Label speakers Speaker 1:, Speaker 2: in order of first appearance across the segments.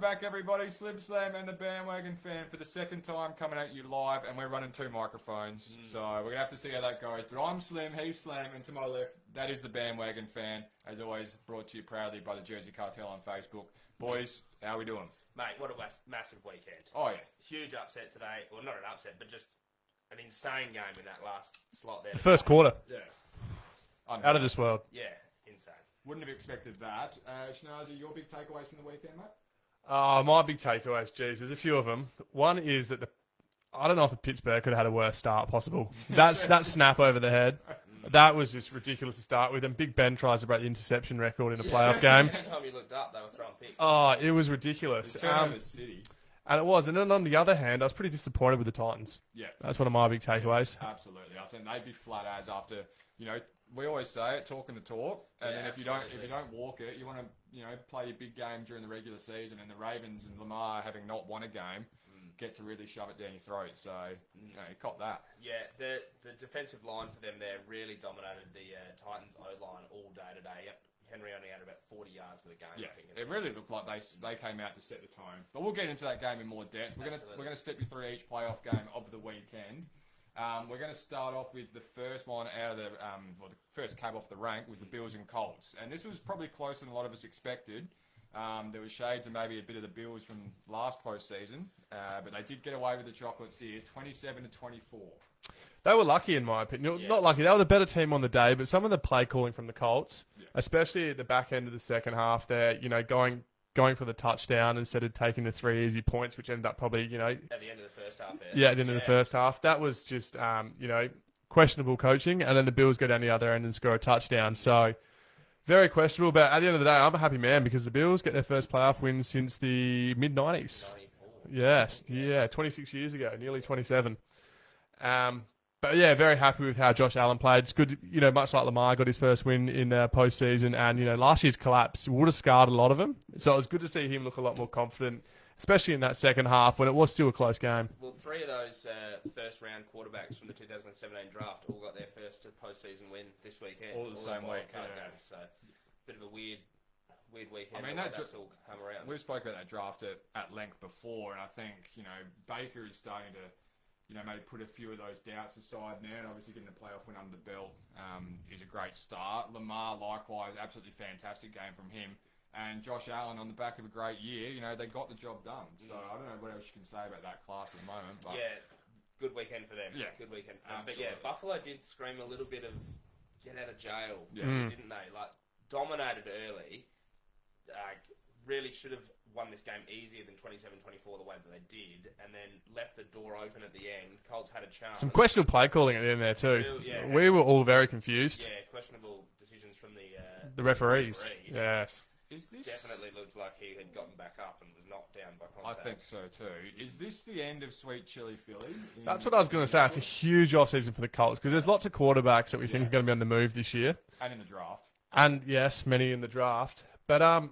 Speaker 1: back, everybody. Slim Slam and the Bandwagon Fan for the second time coming at you live, and we're running two microphones, so we're gonna have to see how that goes. But I'm Slim, he's Slam, and to my left, that is the Bandwagon Fan, as always, brought to you proudly by the Jersey Cartel on Facebook. Boys, how we doing?
Speaker 2: Mate, what a was- massive weekend.
Speaker 1: Oh yeah,
Speaker 2: Huge upset today. Well, not an upset, but just an insane game in that last slot there.
Speaker 3: The first quarter,
Speaker 2: Yeah.
Speaker 3: out of this world.
Speaker 2: Yeah, insane.
Speaker 1: wouldn't have expected that. Uh, Schnazi, your big takeaways from the weekend, mate?
Speaker 3: Uh, my big takeaways, geez, there's a few of them. One is that the, I don't know if the Pittsburgh could have had a worse start possible. That's that snap over the head. That was just ridiculous to start with. And Big Ben tries to break the interception record in a playoff game.
Speaker 2: Every time you looked up, they were throwing picks.
Speaker 3: Oh, it was ridiculous. Um,
Speaker 1: Turnover City.
Speaker 3: and it was. And then on the other hand, I was pretty disappointed with the Titans.
Speaker 1: Yeah.
Speaker 3: That's one of my big takeaways.
Speaker 1: Absolutely, I think they'd be flat as after you know we always say it, talking the talk, and
Speaker 2: Yeah,
Speaker 1: then if you don't if
Speaker 2: absolutely.
Speaker 1: you don't walk it, you want to you know play your big game during the regular season, and the Ravens and Lamar having not won a game
Speaker 2: Mm.
Speaker 1: get to really shove it down your throat. So you know, you cop that.
Speaker 2: Yeah, the the defensive line for them there really dominated the uh, Titans O line all day today. Yep. Henry only had about 40 yards for the game.
Speaker 1: Yeah,
Speaker 2: I think.
Speaker 1: it really looked like they they came out to set the tone. But we'll get into that game in more depth. We're gonna
Speaker 2: Absolutely.
Speaker 1: we're gonna step you through each playoff game of the weekend. Um, we're going to start off with the first one out of the um, well, the first cab off the rank was the Bills and Colts, and this was probably closer than a lot of us expected. Um, there were shades of maybe a bit of the Bills from last postseason, uh, but they did get away with the chocolates here, twenty-seven to twenty-four.
Speaker 3: They were lucky, in my opinion.
Speaker 2: Yeah.
Speaker 3: Not lucky. They were the better team on the day, but some of the play calling from the Colts,
Speaker 1: Yeah.
Speaker 3: especially at the back end of the second half, there, you know, going going for the touchdown instead of taking the three easy points, which ended up probably, you know,
Speaker 2: At the end of the first half there.
Speaker 3: yeah, at the end of the first half. That was just, um, you know, questionable coaching. And then the Bills go down the other end and score a touchdown. So very questionable. But at the end of the day, I'm a happy man because the Bills get their first playoff win since the mid 90s.
Speaker 2: 94.
Speaker 3: Yes, yeah, 26 years ago, nearly 27. Um, but yeah, very happy with how Josh Allen played. It's good, you know, much like Lamar got his first win in uh, postseason, and you know, last year's collapse would have scarred a lot of him. So it was good to see him look a lot more confident, especially in that second half when it was still a close game.
Speaker 2: Well, three of those uh, first round quarterbacks from the 2017 draft all got their first postseason win this weekend.
Speaker 1: All the same
Speaker 2: in wild
Speaker 1: week,
Speaker 2: card
Speaker 1: yeah.
Speaker 2: games, so bit of a weird, weird weekend.
Speaker 1: I mean,
Speaker 2: the way
Speaker 1: that ju-
Speaker 2: that's all come around.
Speaker 1: We've spoken about that draft at, at length before, and I think you know Baker is starting to, you know, maybe put a few of those doubts aside now, and obviously getting the playoff win under the belt um, is a great start. Lamar, likewise, absolutely fantastic game from him, and Josh Allen on the back of a great year. You know, they got the job done. So I don't know what else you can say about that class at the moment. But
Speaker 2: yeah, good weekend for them.
Speaker 1: Yeah.
Speaker 2: good weekend for them. But
Speaker 1: Absolutely.
Speaker 2: yeah, Buffalo did scream a little bit of get out of jail,
Speaker 1: Yeah.
Speaker 3: Mm.
Speaker 2: didn't they? Like dominated early. Uh, really should have won this game easier than 27-24 the way that they did, and then left the door open at the end. Colts had a chance.
Speaker 3: Some questionable play calling at the end there too.
Speaker 2: Yeah.
Speaker 3: We were all very confused.
Speaker 2: Yeah, questionable decisions from the uh,
Speaker 3: The referees,
Speaker 2: referees.
Speaker 3: yes.
Speaker 1: is this
Speaker 2: Definitely looked like he had gotten back up and was knocked down by
Speaker 1: I
Speaker 2: contact.
Speaker 1: think so too. Is this the end of Sweet Chili Philly? in-
Speaker 2: Mm.
Speaker 3: That's what I was going to say. It's a huge offseason for the Colts because there's lots of quarterbacks that we think are going to be on the move this year.
Speaker 1: and in the draft.
Speaker 3: and yes, many in the draft. But um,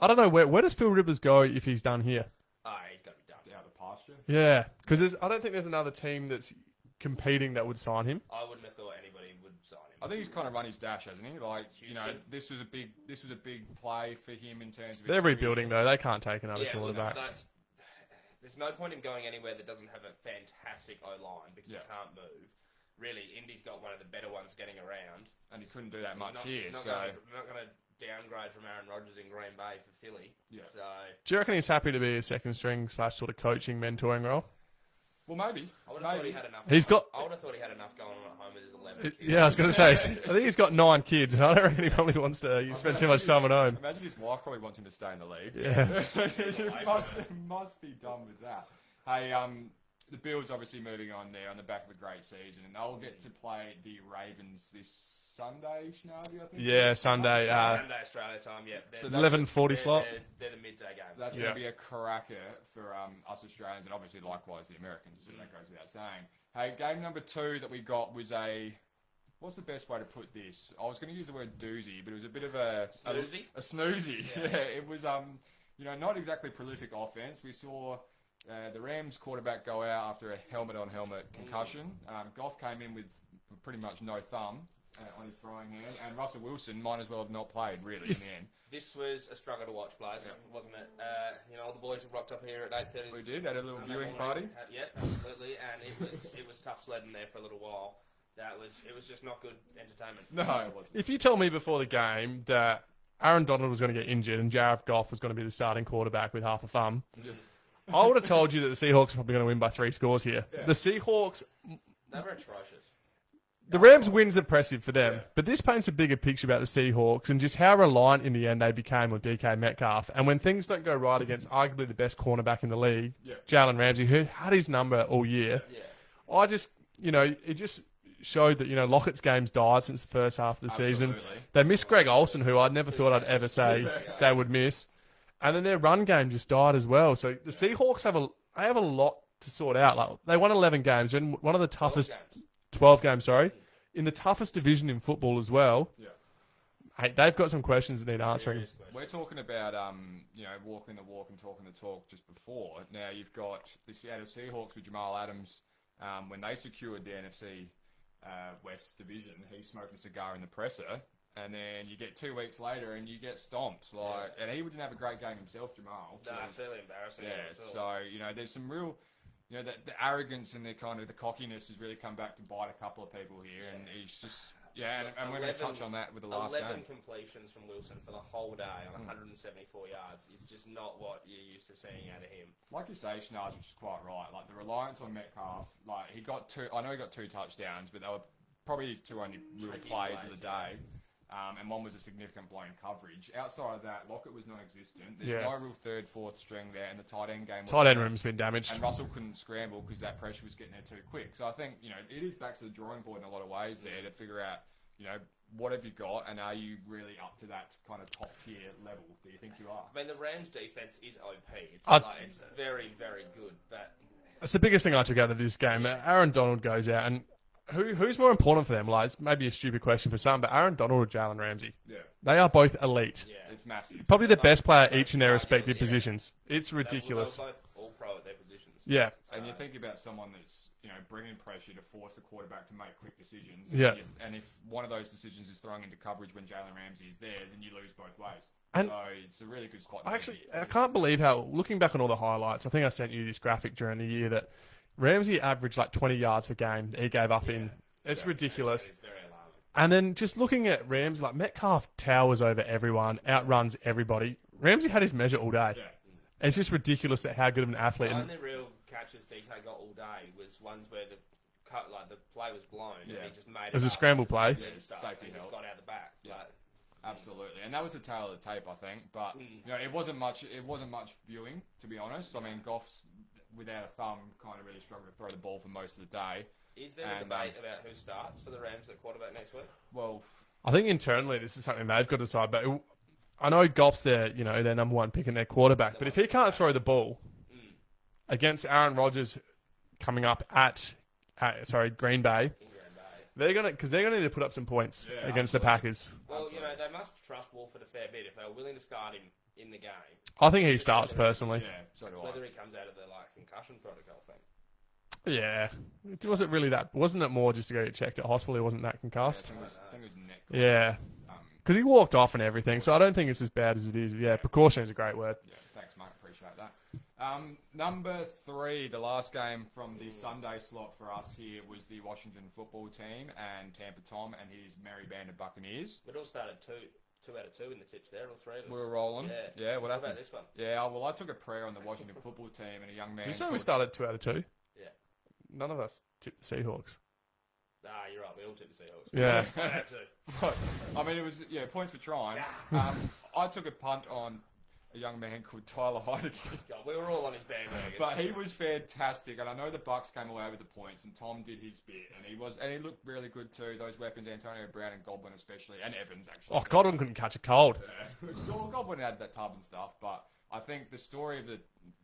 Speaker 3: I don't know where where does Phil Rivers go if he's done here?
Speaker 2: Ah, he's got to be done.
Speaker 1: Out of the pasture.
Speaker 3: Yeah, because I don't think there's another team that's competing that would sign him.
Speaker 2: I wouldn't have thought anybody would sign him.
Speaker 1: I think he's kind of run his dash, hasn't he? Like you know,
Speaker 2: Houston.
Speaker 1: this was a big this was a big play for him in terms of
Speaker 3: They're rebuilding though; they can't take another
Speaker 2: yeah, look,
Speaker 3: quarterback.
Speaker 2: like, there's no point in going anywhere that doesn't have a fantastic O line because
Speaker 1: Yeah.
Speaker 2: it can't move. Really, Indy's got one of the better ones getting around.
Speaker 1: and he couldn't do that
Speaker 2: He's
Speaker 1: much
Speaker 2: not,
Speaker 1: here.
Speaker 2: he's not
Speaker 1: so
Speaker 2: gonna- we're not going to downgrade from Aaron Rodgers in Green Bay for Philly.
Speaker 1: Yeah.
Speaker 2: So I
Speaker 3: Do you reckon he's happy to be a second string slash sort of coaching mentoring role?
Speaker 1: well, maybe
Speaker 2: would have thought he
Speaker 1: maybe
Speaker 2: had enough.
Speaker 3: He's got- Uh,
Speaker 2: I would have thought he had enough going on at home with his 11. kids.
Speaker 3: Yeah, I was going to say. I think he's got nine kids, and I don't reckon he probably wants to. uh, You spend too much time at home.
Speaker 1: imagine his wife probably wants him to stay in the league.
Speaker 3: Yeah.
Speaker 1: it must must be done with that. Hey, um, the Bills obviously moving on there on the back of a great season, and they'll get to play the Ravens this Sunday. Schnabby, I think.
Speaker 3: Yeah, Sunday. Uh,
Speaker 2: Sunday Australia time, yeah. They're-
Speaker 1: So that's-
Speaker 3: Eleven forty
Speaker 2: they're-
Speaker 3: slot.
Speaker 2: They're, they're the midday game.
Speaker 1: That's
Speaker 3: Yeah.
Speaker 1: going to be a cracker for um, us Australians and obviously likewise the Americans. so That goes without saying. Hey, game number two that we got was a. What's the best way to put this? I was going to use the word doozy, but it was a bit of a a-
Speaker 2: Snoozy?
Speaker 1: A, snoozy. Yeah.
Speaker 2: Yeah.
Speaker 1: it was um, you know, not exactly prolific offense. We saw. Uh, the Rams quarterback go out after a helmet on helmet concussion. Um, Goff came in with pretty much no thumb uh, on his throwing hand, and Russell Wilson might as well have not played really in the end.
Speaker 2: This was a struggle to watch, Blaze, wasn't it? Uh, you know, all the boys have rocked up here at eight thirty.
Speaker 1: We did had a little viewing party.
Speaker 2: Uh, yeah, absolutely, and it was it was tough sledding there for a little while. That was it was just not good entertainment.
Speaker 1: No, it wasn't.
Speaker 3: If you tell me before the game that Aaron Donald was going to get injured and Jared Goff was going to be the starting quarterback with half a thumb, I would have told you that the Seahawks are probably going to win by three scores here.
Speaker 1: Yeah.
Speaker 3: The Seahawks,
Speaker 2: They were atrocious.
Speaker 3: the Rams win's impressive for them,
Speaker 1: Yeah.
Speaker 3: but this paints a bigger picture about the Seahawks and just how reliant in the end they became on DK Metcalf. And when things don't go right against arguably the best cornerback in the league,
Speaker 1: Yeah.
Speaker 3: Jalen Ramsey, who had his number all year,
Speaker 2: Yeah,
Speaker 3: I just, you know, it just showed that you know Lockett's games died since the first half of the season.
Speaker 1: Absolutely.
Speaker 3: They missed Greg Olsen, who I never thought I'd ever say they would miss, and then their run game just died as well. So the Seahawks have a they have a lot to sort out. Like they won 11 games, they're in one of the toughest
Speaker 2: games.
Speaker 3: 12 games, sorry, in the toughest division in football as well.
Speaker 1: Yeah.
Speaker 3: Hey, they've got some questions that need answering.
Speaker 2: Serious question.
Speaker 1: We're talking about um, you know walking the walk and talking the talk just before. Now you've got the Seattle Seahawks with Jamal Adams um, when they secured the NFC uh, West division. He's smoking a cigar in the presser, and then you get two weeks later and you get stomped. Like, and he didn't have a great game himself, Jamal.
Speaker 2: No,
Speaker 1: So-
Speaker 2: fairly embarrassing.
Speaker 1: yeah,
Speaker 2: It's all-
Speaker 1: so you know, there's some real, you know, that the arrogance and the kind of the cockiness has really come back to bite a couple of people here, and it's just yeah, and, and we're going to
Speaker 2: 11
Speaker 1: touch on that with the last
Speaker 2: 11
Speaker 1: game. Mm.
Speaker 2: completions from Wilson for the whole day on 174 yards is just not what you're used to seeing out of him.
Speaker 1: Like you say, Schnars, which is quite right. Like the reliance on Metcalf, like he got two. I know he got two touchdowns, but they were probably his two only real
Speaker 2: Tricky
Speaker 1: plays of
Speaker 2: plays,
Speaker 1: the day. Um, and one was a significant blown coverage. Outside of that, Lockett was non-existent. There's
Speaker 3: Yeah.
Speaker 1: no real third, fourth string there, and the tight end game.
Speaker 3: Tight
Speaker 1: wasn't
Speaker 3: end room's been damaged.
Speaker 1: and Russell couldn't scramble because that pressure was getting there too quick. So I think you know it is back to the drawing board in a lot of ways there to figure out you know what have you got and are you really up to that kind of top tier level that you think you are?
Speaker 2: I mean, the Rams' defense is OP. It's,
Speaker 3: I-
Speaker 2: like, it's very, very good, but
Speaker 3: That's the biggest thing I took out of this game. Aaron Donald goes out, and who who's more important for them? Like, it's maybe a stupid question for some, but Aaron Donald or Jalen Ramsey?
Speaker 1: Yeah,
Speaker 3: They are both elite.
Speaker 2: yeah,
Speaker 1: it's massive.
Speaker 3: Probably the
Speaker 2: Both-
Speaker 3: best player
Speaker 2: both
Speaker 3: each in their respective
Speaker 2: arguably, yeah.
Speaker 3: positions. It's
Speaker 2: they were-
Speaker 3: ridiculous.
Speaker 2: They were both all pro at their positions.
Speaker 3: Yeah.
Speaker 1: And you
Speaker 2: Uh,
Speaker 1: think about someone that's you know bringing pressure to force the quarterback to make quick decisions.
Speaker 3: Yeah.
Speaker 1: And if, and if one of those decisions is throwing into coverage when Jalen Ramsey is there, then you lose both ways.
Speaker 3: And-
Speaker 1: so it's a really good spot. to
Speaker 3: I
Speaker 1: be.
Speaker 3: actually I can't believe how looking back on all the highlights, I think I sent you this graphic during the year that Ramsey averaged like 20 yards per game that he gave up in. It's ridiculous.
Speaker 2: It's very alarming.
Speaker 3: And then just looking at Rams, like Metcalf towers over everyone, outruns everybody. Ramsey had his measure all day.
Speaker 1: Yeah.
Speaker 3: It's just ridiculous that how good of an athlete.
Speaker 2: The
Speaker 3: And
Speaker 2: only real catches DK got all day was ones where the cut, like the play was blown,
Speaker 1: Yeah.
Speaker 2: and he just made it.
Speaker 3: was a
Speaker 2: up.
Speaker 3: scramble play.
Speaker 2: He did stuff
Speaker 1: Safety
Speaker 2: and just
Speaker 1: help.
Speaker 2: got out the back.
Speaker 1: Yeah.
Speaker 2: Like,
Speaker 1: Absolutely, and that was the tail of the tape, I think. But
Speaker 3: Mm.
Speaker 1: you know, it wasn't much. It wasn't much viewing, to be honest. I mean, Goff's without a thumb kind of really struggled to throw the ball for most of the day.
Speaker 2: is there a
Speaker 1: And, um,
Speaker 2: debate about who starts for the Rams at quarterback next week?
Speaker 1: Well,
Speaker 3: I think internally this is something they've got to decide. But it, I know Goff's their, you know, their number one pick and their quarterback. But if he can't throw the ball against Aaron Rodgers coming up at, at sorry Green Bay,
Speaker 2: In Green Bay.
Speaker 3: they're gonna because they're gonna need to put up some points
Speaker 1: Yeah,
Speaker 3: against the
Speaker 1: absolutely.
Speaker 3: Packers.
Speaker 2: Well, you know, they must trust Wolford a fair bit if they were willing to start him in the game.
Speaker 3: I think he starts personally.
Speaker 1: yeah, so do
Speaker 2: It's
Speaker 1: I.
Speaker 2: whether he comes out of the like concussion protocol thing.
Speaker 3: Yeah. It wasn't really that. Wasn't it more just to go get checked at hospital? He wasn't that
Speaker 1: I
Speaker 3: concussed.
Speaker 1: think it was, I think it was Nick.
Speaker 3: Yeah.
Speaker 1: Um,
Speaker 3: Because he walked off and everything, so I don't think it's as bad as it is. Yeah, precaution is a great word.
Speaker 1: yeah, thanks, Mike. Appreciate that. Um, number three, the last game from the Sunday slot for us here was the Washington football team and Tampa Tom and his merry band of Buccaneers.
Speaker 2: We'd all started two, two out of two in the tips there, all three of us.
Speaker 1: We were rolling.
Speaker 2: Yeah.
Speaker 1: Yeah, what
Speaker 2: What about
Speaker 1: happened?
Speaker 2: this one?
Speaker 1: Yeah, well, I took a prayer on the Washington football team and a young man.
Speaker 3: Did you say we
Speaker 1: called-
Speaker 3: started two out of two?
Speaker 2: Yeah.
Speaker 3: None of us tipped the Seahawks.
Speaker 2: Ah, you're right. We all tipped the Seahawks.
Speaker 3: Yeah.
Speaker 2: One out of two.
Speaker 1: I mean, it was yeah, points for trying. Um, I took a punt on a young man called Tyler Heineken,
Speaker 2: God, we were all on his bandwagon.
Speaker 1: but he was fantastic, and I know the Bucks came away with the points, and Tom did his bit, and he was, and he looked really good too. Those weapons, Antonio Brown and Goblin especially, and Evans actually.
Speaker 3: Oh, Godwin couldn't catch a cold.
Speaker 1: Yeah. Well, Goblin had that tub and stuff, but I think the story of the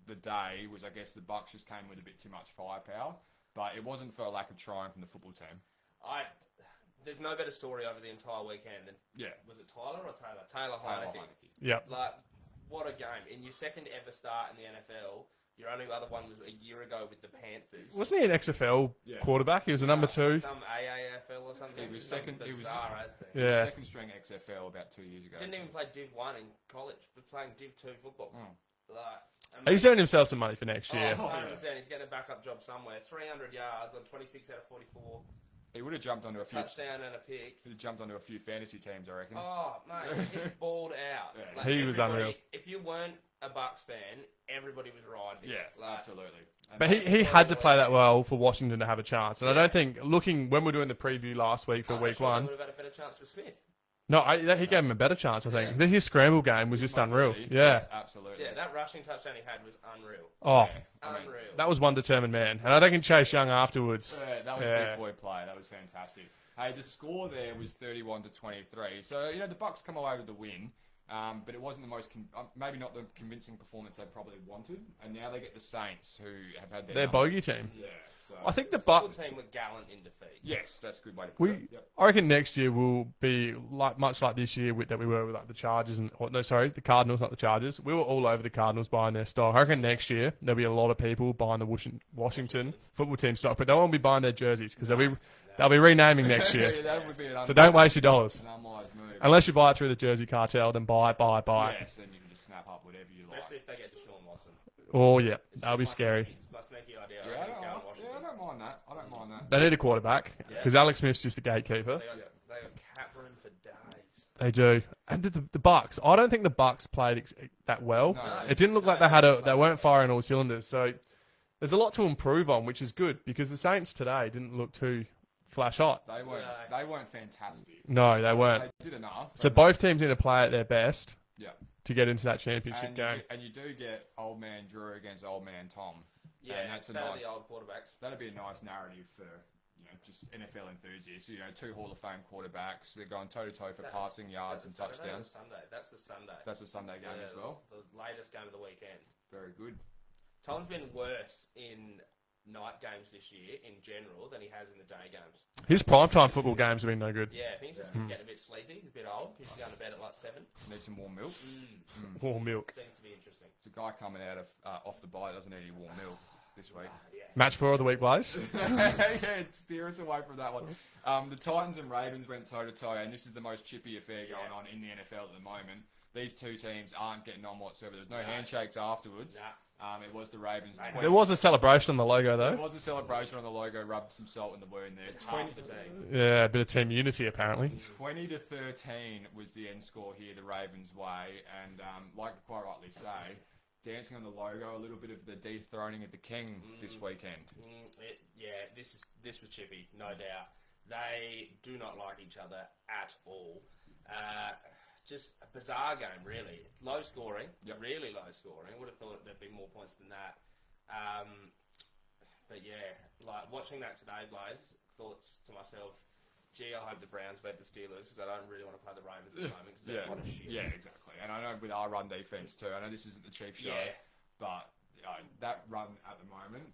Speaker 1: the day was, I guess, the Bucks just came with a bit too much firepower, but it wasn't for a lack of trying from the football team.
Speaker 2: I, there's no better story over the entire weekend than
Speaker 1: Yeah,
Speaker 2: was it Tyler or Taylor? Taylor
Speaker 1: Tyler
Speaker 2: Heineke.
Speaker 1: Heineke.
Speaker 3: Yep.
Speaker 2: Like, what a game! In your second ever start in the NFL, your only other one was a year ago with the Panthers.
Speaker 3: Wasn't he an XFL
Speaker 1: Yeah.
Speaker 3: quarterback? He was a number two.
Speaker 2: Some AAFL or something.
Speaker 1: He was
Speaker 2: Some
Speaker 1: second- he was-
Speaker 2: bizarre ass thing.
Speaker 3: Yeah.
Speaker 1: second string XFL about two years ago.
Speaker 2: Didn't even play Div One in college. Was playing Div Two football.
Speaker 1: Mm.
Speaker 2: Like, I mean,
Speaker 3: He's earning himself some money for next year.
Speaker 1: Oh, yeah.
Speaker 2: 100%, he's getting a backup job somewhere. 300 yards on 26 out of 44.
Speaker 1: He would have jumped onto a few.
Speaker 2: Touchdown and a pick.
Speaker 1: He'd have jumped onto a few fantasy teams, I reckon.
Speaker 2: Oh, mate, he balled out.
Speaker 1: Mm-hmm. Yeah.
Speaker 3: He was
Speaker 2: everybody-
Speaker 3: unreal.
Speaker 2: If you weren't a Bucks fan, everybody was riding.
Speaker 1: yeah,
Speaker 2: it. Like,
Speaker 1: absolutely. And
Speaker 3: But he, he had to play that well for Washington to have a chance. And I don't think, looking when we were doing the preview last week for
Speaker 2: I'm
Speaker 3: week
Speaker 2: sure they
Speaker 3: one,
Speaker 2: would have had a better chance with Smith.
Speaker 3: no, I, that, he gave him a better chance, I think. His scramble game was just unreal.
Speaker 1: Might be.
Speaker 3: Yeah.
Speaker 1: absolutely.
Speaker 2: Yeah, that rushing touchdown he had was unreal.
Speaker 3: Oh,
Speaker 1: I mean,
Speaker 2: Unreal.
Speaker 3: that was one determined man. And I think in Chase Young afterwards,
Speaker 1: Yeah, that was a
Speaker 3: Yeah.
Speaker 1: big boy play. That was fantastic. Hey, the score there was 31 to 23. So you know the Bucks come away with the win, um, but it wasn't the most con- uh, maybe not the convincing performance they probably wanted. And now they get the Saints, who have had their
Speaker 3: their
Speaker 1: number.
Speaker 3: bogey team.
Speaker 1: Yeah. So
Speaker 3: I think the
Speaker 2: Full
Speaker 3: Bucks.
Speaker 2: team with Gallant in defeat.
Speaker 1: yes, that's a good way to put
Speaker 3: We,
Speaker 1: it. Yep.
Speaker 3: I reckon next year will be like much like this year with, that we were with like the Chargers and or, no, sorry, the Cardinals, not the Chargers. We were all over the Cardinals buying their stock. I reckon next year there'll be a lot of people buying the Washington, Washington football team stock, but they won't be buying their jerseys because they'll be they'll be renaming next
Speaker 1: yeah,
Speaker 3: year.
Speaker 1: that would be an
Speaker 3: so don't waste your dollars
Speaker 1: an unwise move.
Speaker 3: unless you buy it through the Jersey cartel. Then buy, buy, buy.
Speaker 1: yes, then you can just snap up whatever you
Speaker 2: Especially
Speaker 1: like.
Speaker 2: if they get Deshaun Watson.
Speaker 3: Oh yeah, that'll
Speaker 2: My
Speaker 3: be scary.
Speaker 2: sneaky- My sneaky idea. I
Speaker 1: Yeah, I
Speaker 2: reckon
Speaker 1: don't,
Speaker 2: he's
Speaker 1: mind- yeah,
Speaker 2: going
Speaker 1: I
Speaker 2: Washington.
Speaker 1: don't mind that. I don't mind that.
Speaker 3: They need a quarterback because Alex Smith's just a gatekeeper.
Speaker 2: They got, they got cap room for days.
Speaker 3: They do, and the, the Bucks. I don't think the Bucks played ex- e, that well.
Speaker 1: No.
Speaker 3: It didn't look like they had a. They weren't firing all cylinders. So there's a lot to improve on, which is good because the Saints today didn't look too flash hot.
Speaker 1: They weren't.
Speaker 2: No.
Speaker 1: They weren't fantastic.
Speaker 3: No, they
Speaker 1: They
Speaker 3: weren't.
Speaker 1: did enough.
Speaker 3: So
Speaker 1: but-
Speaker 3: both teams need to play at their best
Speaker 1: yeah.
Speaker 3: to get into that championship
Speaker 1: and,
Speaker 3: game.
Speaker 1: You, and you do get old man Drew against old man Tom.
Speaker 2: Yeah,
Speaker 1: and that's a
Speaker 2: they're
Speaker 1: nice.
Speaker 2: the old quarterbacks.
Speaker 1: That'd be a nice narrative for you know just NFL enthusiasts. You know, two Hall of Fame quarterbacks. They're going toe to toe for
Speaker 2: That's-
Speaker 1: passing yards and
Speaker 2: Is that the Saturday or
Speaker 1: touchdowns.
Speaker 2: Sunday. That's the Sunday.
Speaker 1: That's a Sunday game
Speaker 2: Yeah,
Speaker 1: as well.
Speaker 2: The latest game of the weekend.
Speaker 1: Very good.
Speaker 2: Tom's been worse in night games this year in general than he has in the day games.
Speaker 3: His primetime football games have been no good.
Speaker 2: Yeah, I think he's just
Speaker 1: Yeah.
Speaker 2: getting a bit sleepy. He's a bit old. He's going to bed at like seven.
Speaker 1: Need some warm milk.
Speaker 2: Mm.
Speaker 3: Warm milk.
Speaker 2: Seems to be interesting.
Speaker 1: It's a guy coming out of uh, off the bye doesn't need any warm milk this week.
Speaker 2: Ah, Yeah.
Speaker 3: Match four of the week, Blaze.
Speaker 1: yeah, steer us away from that one. Um, the Titans and Ravens went toe to toe, and this is the most chippy affair going
Speaker 2: Yeah.
Speaker 1: on in the NFL at the moment. These two teams aren't getting on whatsoever. There's no
Speaker 2: No.
Speaker 1: handshakes afterwards.
Speaker 2: Nah.
Speaker 1: Um, it was the Ravens.
Speaker 2: There
Speaker 1: 20
Speaker 3: There was a celebration on the logo
Speaker 1: There
Speaker 3: though.
Speaker 1: was a celebration on the logo. Rubbed some salt in the wound there.
Speaker 2: It's half
Speaker 1: 20,
Speaker 2: the team.
Speaker 3: Yeah, a bit of team unity apparently.
Speaker 1: 20 to 13 was the end score here, the Ravens' way, and um, like you quite rightly say, dancing on the logo, a little bit of the dethroning of the king this weekend.
Speaker 2: Mm, it, yeah, this is this was chippy, no doubt. They do not like each other at all. Uh, just a bizarre game, really. Low scoring,
Speaker 1: Yep.
Speaker 2: really low scoring. Would have thought there'd be more points than that. Um, but yeah, like watching that today, Blaze, thoughts to myself. Gee, I hope the Browns beat the Steelers because I don't really want to play the Ravens at the moment because they're
Speaker 1: Yeah,
Speaker 2: what a shit.
Speaker 1: yeah, exactly. And I know with our run defense too. I know this isn't the chief show,
Speaker 2: Yeah.
Speaker 1: but uh, that run at the moment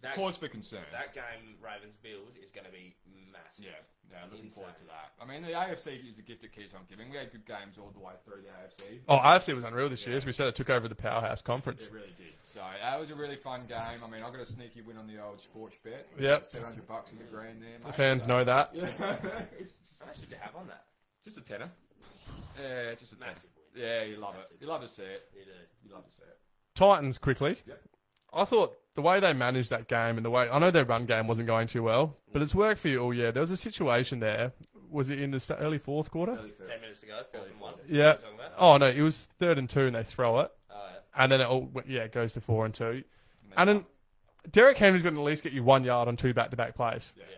Speaker 2: That,
Speaker 1: cause for concern.
Speaker 2: that game, Ravens Bills, is going to be massive.
Speaker 1: Yeah, yeah, looking forward to
Speaker 2: Insane.
Speaker 1: that. I mean, the AFC is a gift it keeps on giving. We had good games all the way through the AFC.
Speaker 3: Oh, AFC was unreal this year. As we said, it took over the powerhouse conference.
Speaker 1: It really did. So that was a really fun game. I mean, I got a sneaky win on the old sports bet.
Speaker 3: Yep.
Speaker 1: seven hundred bucks in the green there.
Speaker 3: The
Speaker 1: Mate.
Speaker 3: fans know that.
Speaker 2: How much did you have on that?
Speaker 1: just a tenner. Yeah, just a tenner.
Speaker 2: Massive win.
Speaker 1: Yeah, you love it.
Speaker 2: Massive.
Speaker 1: You love to see it.
Speaker 2: You do.
Speaker 1: You love to see it.
Speaker 3: Titans quickly.
Speaker 1: Yep.
Speaker 3: I thought the way they managed that game and the way I know their run game wasn't going too well, but it's worked for you all year. There was a situation there. Was it in the st- early fourth quarter?
Speaker 1: Really fair.
Speaker 2: Ten minutes ago, fourth and one. What
Speaker 3: Yeah.
Speaker 2: are you talking about?
Speaker 3: Oh no, it was third and two, and they throw it,
Speaker 2: Uh,
Speaker 3: and then it all went- yeah it goes to four and two,
Speaker 1: And
Speaker 3: and
Speaker 1: then-
Speaker 3: then Derek Henry's going to at least get you one yard on two back-to-back plays.
Speaker 1: yeah.
Speaker 2: yeah.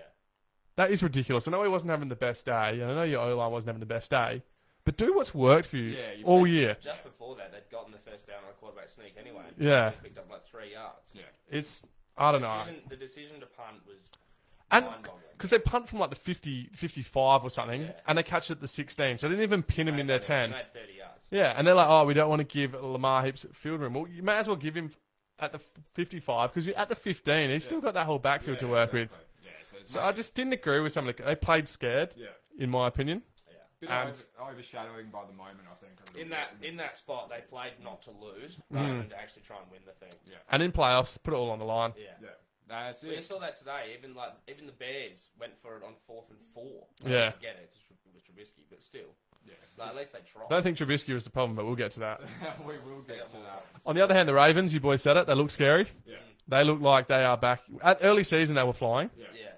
Speaker 3: That is ridiculous. I know he wasn't having the best day, and I know your O line wasn't having the best day, but do what's worked for you
Speaker 1: Yeah, you
Speaker 3: all
Speaker 1: picked-
Speaker 3: year.
Speaker 2: Just before that, they'd gotten the first down on a quarterback sneak anyway.
Speaker 3: Yeah.
Speaker 2: They picked up like three yards.
Speaker 1: Yeah.
Speaker 3: It's I don't
Speaker 2: The
Speaker 3: know,
Speaker 2: decision, the decision to punt was
Speaker 3: and
Speaker 2: mind-boggling.
Speaker 3: because they punt from like the 50, 55 or something,
Speaker 2: Yeah.
Speaker 3: and they catch it at the sixteen, so they didn't even pin him in their
Speaker 2: They
Speaker 3: ten.
Speaker 2: made thirty yards.
Speaker 3: Yeah, and they're like, oh, we don't want to give Lamar heaps of field room. Well, you may as well give him at the 55 because at the 15, he's still got that whole backfield to work with.
Speaker 1: Yeah, so, it's
Speaker 3: So I just didn't agree with some of the. They played scared,
Speaker 1: yeah.
Speaker 3: in my opinion.
Speaker 2: Yeah.
Speaker 1: Bit
Speaker 3: And-
Speaker 1: over- overshadowing by the moment, I think. a little
Speaker 2: In that
Speaker 1: bit.
Speaker 2: in that spot, they played not to lose rather
Speaker 3: Mm.
Speaker 2: than to actually try and win the thing.
Speaker 1: Yeah.
Speaker 3: And in playoffs, put it all on the line.
Speaker 2: Yeah.
Speaker 1: yeah, that's
Speaker 2: But you
Speaker 1: it.
Speaker 2: saw that today. Even like even the Bears went for it on fourth and four.
Speaker 3: Yeah.
Speaker 2: I get it because it was Trubisky, but still. Like, at least they tried.
Speaker 3: I don't think Trubisky was the problem, but we'll get to that.
Speaker 1: Yeah, we will get to that.
Speaker 3: On the other hand, the Ravens, you boys said it, they look scary.
Speaker 1: Yeah,
Speaker 3: They look like they are back. At early season, they were flying,
Speaker 1: yeah.
Speaker 2: yeah.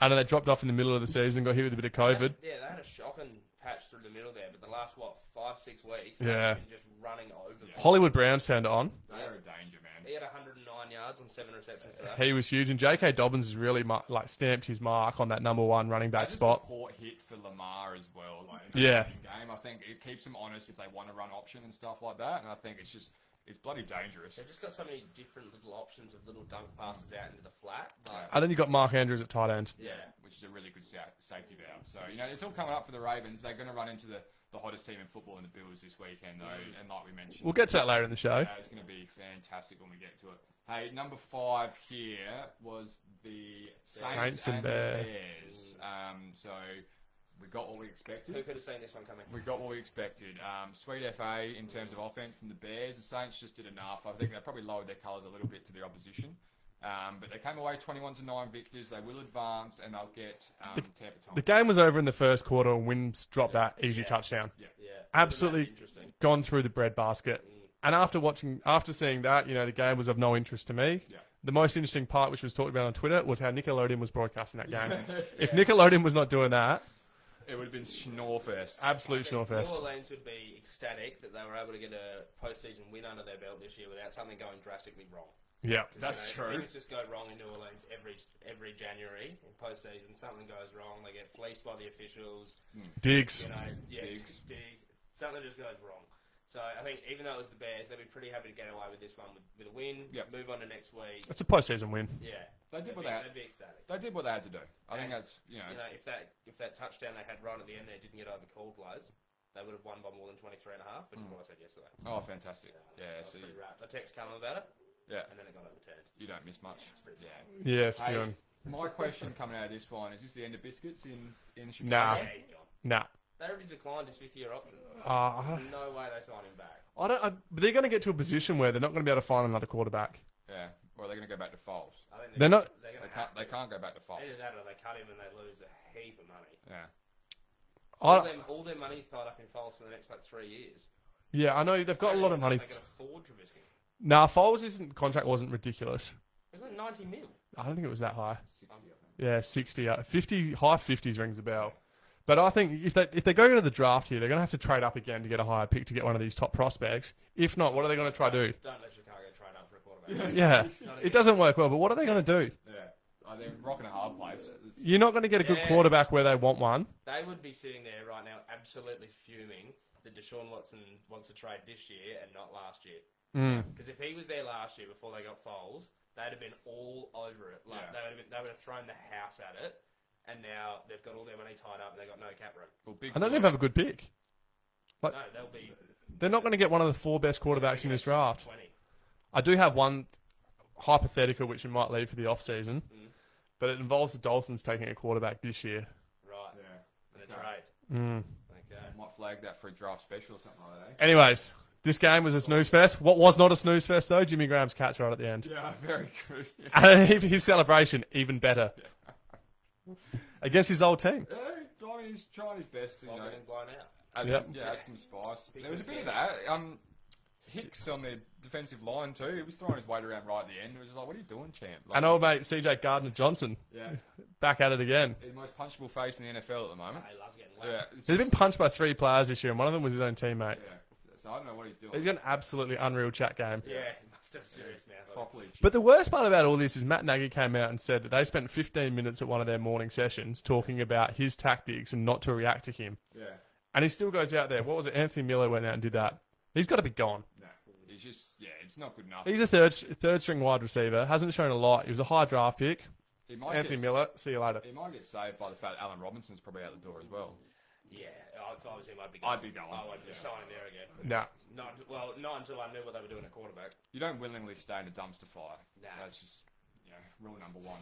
Speaker 3: and then they dropped off in the middle of the season, got hit with a bit of COVID.
Speaker 2: Yeah, they had a shocking patch through the middle there, but the last what five six weeks,
Speaker 3: Yeah.
Speaker 2: they've been just running over.
Speaker 1: Yeah.
Speaker 2: them.
Speaker 3: Hollywood Brown's turned it on.
Speaker 1: They're a danger, man.
Speaker 2: He had 109 yards on seven receptions. For that.
Speaker 3: He was huge, and J.K. Dobbins has really mar- like stamped his mark on that number one running back
Speaker 1: That's a
Speaker 3: spot.
Speaker 1: support hit for Lamar as well. Like, in
Speaker 3: Yeah.
Speaker 1: the running game, I think it keeps him honest if they want to run option and stuff like that. And I think it's just it's bloody dangerous.
Speaker 2: They've just got so many different little options of little dunk passes out into the flat. Like,
Speaker 3: And then you got Mark Andrews at tight end.
Speaker 2: yeah,
Speaker 1: which is a really good sa- safety valve. So you know it's all coming up for the Ravens. They're going to run into the, the hottest team in football in the Bills this weekend, though.
Speaker 3: Mm.
Speaker 1: And like we mentioned,
Speaker 3: We'll get to that later in the show.
Speaker 1: Yeah, it's going to be fantastic when we get to it. Hey, number five here was the Saints,
Speaker 3: Saints and
Speaker 1: and
Speaker 3: Bears.
Speaker 1: Bears. Um, so we got what we expected.
Speaker 2: who could have seen this one coming?
Speaker 1: We got what we expected. Um, sweet FA in terms of offense from the Bears. The Saints just did enough. I think they probably lowered their colours a little bit to the opposition. Um, but they came away 21 to 9 victors. They will advance and they'll get um, Tampa Tom.
Speaker 3: The game was over in the first quarter, and Wims dropped that easy touchdown.
Speaker 2: Yeah,
Speaker 3: Absolutely.
Speaker 2: Wouldn't that be interesting.
Speaker 3: Gone through the breadbasket. And after watching, after seeing that, you know, the game was of no interest to me.
Speaker 1: Yeah.
Speaker 3: The most interesting part, which was talked about on Twitter, was how Nickelodeon was broadcasting that game. If Nickelodeon was not doing that,
Speaker 1: It would have been Schnorfest.
Speaker 2: I
Speaker 3: absolute
Speaker 2: think New
Speaker 3: snorefest.
Speaker 2: Orleans would be ecstatic that they were able to get a postseason win under their belt this year without something going drastically wrong.
Speaker 3: Yeah.
Speaker 1: That's
Speaker 2: You know,
Speaker 1: true.
Speaker 2: Things just go wrong in New Orleans every every January in postseason. Something goes wrong. They get fleeced by the officials.
Speaker 3: Diggs.
Speaker 2: You know, yeah,
Speaker 1: Digs.
Speaker 2: digs. Something just goes wrong. So I think even though it was the Bears, they'd be pretty happy to get away with this one with, with a win.
Speaker 1: Yep.
Speaker 2: Move on to next week.
Speaker 3: It's a postseason win.
Speaker 2: Yeah,
Speaker 1: They did
Speaker 2: They'd
Speaker 1: what they
Speaker 2: be-
Speaker 1: had.
Speaker 2: They'd be ecstatic.
Speaker 1: They did what they had to do. I think
Speaker 2: And,
Speaker 1: that's, you know,
Speaker 2: You know, if that if that touchdown they had right at the end there didn't get overcalled, blows, they would have won by more than 23 and a half, which is what I said yesterday.
Speaker 1: oh, fantastic. Yeah,
Speaker 2: I was
Speaker 1: so you,
Speaker 2: pretty wrapped. I texted Callum about it,
Speaker 1: yeah,
Speaker 2: and then it got overturned.
Speaker 1: you don't miss much. Yeah.
Speaker 3: Yeah, it's
Speaker 1: Hey,
Speaker 3: good.
Speaker 1: my question coming out of this one is this the end of biscuits in, in Chicago?
Speaker 3: Nah.
Speaker 2: Yeah, he's gone.
Speaker 3: Nah.
Speaker 2: They already declined his fifth year option.
Speaker 3: Uh,
Speaker 2: No way they sign him back.
Speaker 3: I don't. I, they're going to get to a position where they're not going to be able to find another quarterback.
Speaker 1: Yeah. Or are they going to go back to Foles?
Speaker 2: I think
Speaker 3: They're not-
Speaker 2: They're
Speaker 1: They
Speaker 2: gonna
Speaker 1: can't,
Speaker 2: have
Speaker 1: they
Speaker 2: to.
Speaker 1: can't go back to Foles.
Speaker 2: Either that or they cut him and they lose a heap of money.
Speaker 1: Yeah.
Speaker 3: I,
Speaker 2: All, them, all their money's tied up in Foles for the next like three years.
Speaker 3: yeah, I know they've got a lot of money.
Speaker 2: They can afford Trubisky. It
Speaker 3: Nah, Foles' isn't, contract wasn't ridiculous.
Speaker 2: was like 90 mil.
Speaker 3: I don't think it was that high.
Speaker 1: 60, I think.
Speaker 3: Yeah, 60, uh, 50, high 50s rings a bell. But I think if they if they go into the draft here, they're going to have to trade up again to get a higher pick to get one of these top prospects. If not, what are they going to try to do?
Speaker 2: Don't let Chicago trade up for a quarterback.
Speaker 3: Yeah,
Speaker 2: Not
Speaker 3: it
Speaker 2: again.
Speaker 3: doesn't work well. But what are they going to do?
Speaker 1: Yeah. Oh, they're rocking a hard place.
Speaker 3: You're not going to get a good
Speaker 2: Yeah.
Speaker 3: quarterback where they want one.
Speaker 2: They would be sitting there right now absolutely fuming that Deshaun Watson wants to trade this year and not last year.
Speaker 3: Mm.
Speaker 2: Because if he was there last year before they got Foles, they'd have been all over it. Like
Speaker 1: Yeah.
Speaker 2: they, would have been, they would have thrown the house at it. And now they've got all their money tied up and they've got no cap room.
Speaker 1: Well, big
Speaker 3: And they don't
Speaker 1: boy.
Speaker 3: even have a good pick.
Speaker 2: No, they'll be
Speaker 3: They're not going to get one of the four best quarterbacks in this draft.
Speaker 2: 20.
Speaker 3: I do have one hypothetical which we might leave for the offseason, but it involves the Dolphins taking a quarterback this year.
Speaker 2: Right.
Speaker 1: Yeah.
Speaker 2: And a
Speaker 1: Okay.
Speaker 2: trade.
Speaker 3: Mm.
Speaker 2: Okay.
Speaker 1: Might flag that for a draft special or something like that.
Speaker 3: Anyways, this game was a snooze fest. What was not a snooze fest, though, Jimmy Graham's catch right at the end.
Speaker 1: Yeah, eh? very good. Yeah.
Speaker 3: And even his celebration, even better. Against his old team.
Speaker 1: Johnny's trying his best to, you know,
Speaker 2: Longer than blown out.
Speaker 1: add
Speaker 3: Yep.
Speaker 1: some, yeah, add some spice.
Speaker 2: Big
Speaker 1: There was a bit of
Speaker 2: defense.
Speaker 1: that. Um, Hicks on the defensive line too. He was throwing his weight around right at the end. It was just like, what are you doing, champ? Like,
Speaker 3: And old mate CJ Gardner Johnson
Speaker 1: Yeah,
Speaker 3: back at it again.
Speaker 1: he's the most punchable face in the NFL at the moment.
Speaker 2: He loves getting
Speaker 1: Yeah,
Speaker 2: laid.
Speaker 1: it's
Speaker 3: He's
Speaker 1: just-
Speaker 3: been punched by three players this year, and one of them was his own teammate.
Speaker 1: yeah. So I don't know what he's doing.
Speaker 3: He's got an absolutely unreal chat game.
Speaker 2: Yeah. he must have a serious mouth.
Speaker 1: properly.
Speaker 3: But the worst part about all this is Matt Nagy came out and said that they spent 15 minutes at one of their morning sessions talking about his tactics and not to react to him.
Speaker 1: yeah,
Speaker 3: And he still goes out there. What was it? Anthony Miller went out and did that. He's got to be gone.
Speaker 1: no, it's just yeah, it's not good enough.
Speaker 3: He's a third third string wide receiver. Hasn't shown a lot. He was a high draft pick.
Speaker 1: He might
Speaker 3: Anthony
Speaker 1: get,
Speaker 3: Miller. See you later.
Speaker 1: He might get saved by the fact that Alan Robinson's probably out the door as well.
Speaker 2: Yeah. If I was him, I'd be going.
Speaker 1: I'd be going.
Speaker 2: I would be
Speaker 1: Yeah.
Speaker 2: signing there again.
Speaker 3: Nah.
Speaker 2: Not well, not until I knew what they were doing at quarterback.
Speaker 1: You don't willingly stay in a dumpster fire.
Speaker 2: Nah.
Speaker 1: That's just you know, rule number one.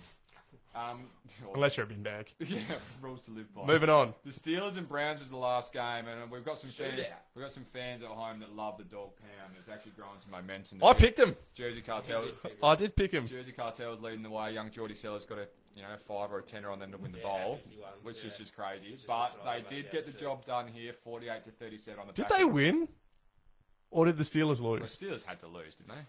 Speaker 1: Um,
Speaker 3: Unless you're a bin bag.
Speaker 1: yeah, rules to live by.
Speaker 3: Moving on.
Speaker 1: The Steelers and Browns was the last game, and we've got some fans.
Speaker 2: Shootout.
Speaker 1: We've got some fans at home that love the dog pound. It's actually growing some momentum.
Speaker 3: I picked him.
Speaker 1: Jersey Cartel.
Speaker 3: I did pick him.
Speaker 1: Jersey Cartel's leading the way. Young Geordie Sellers got a you know a five or a tenner on them to win the
Speaker 2: Yeah,
Speaker 1: bowl,
Speaker 2: 51s,
Speaker 1: which is
Speaker 2: yeah.
Speaker 1: just crazy.
Speaker 2: Which is
Speaker 1: but
Speaker 2: just right,
Speaker 1: they did
Speaker 2: mate,
Speaker 1: get
Speaker 2: yeah,
Speaker 1: the
Speaker 2: sure.
Speaker 1: job done here, forty-eight to thirty-seven on the.
Speaker 3: Did
Speaker 1: back
Speaker 3: they
Speaker 1: end.
Speaker 3: win? Or did the Steelers
Speaker 1: The
Speaker 3: lose?
Speaker 1: Steelers had to lose, didn't they?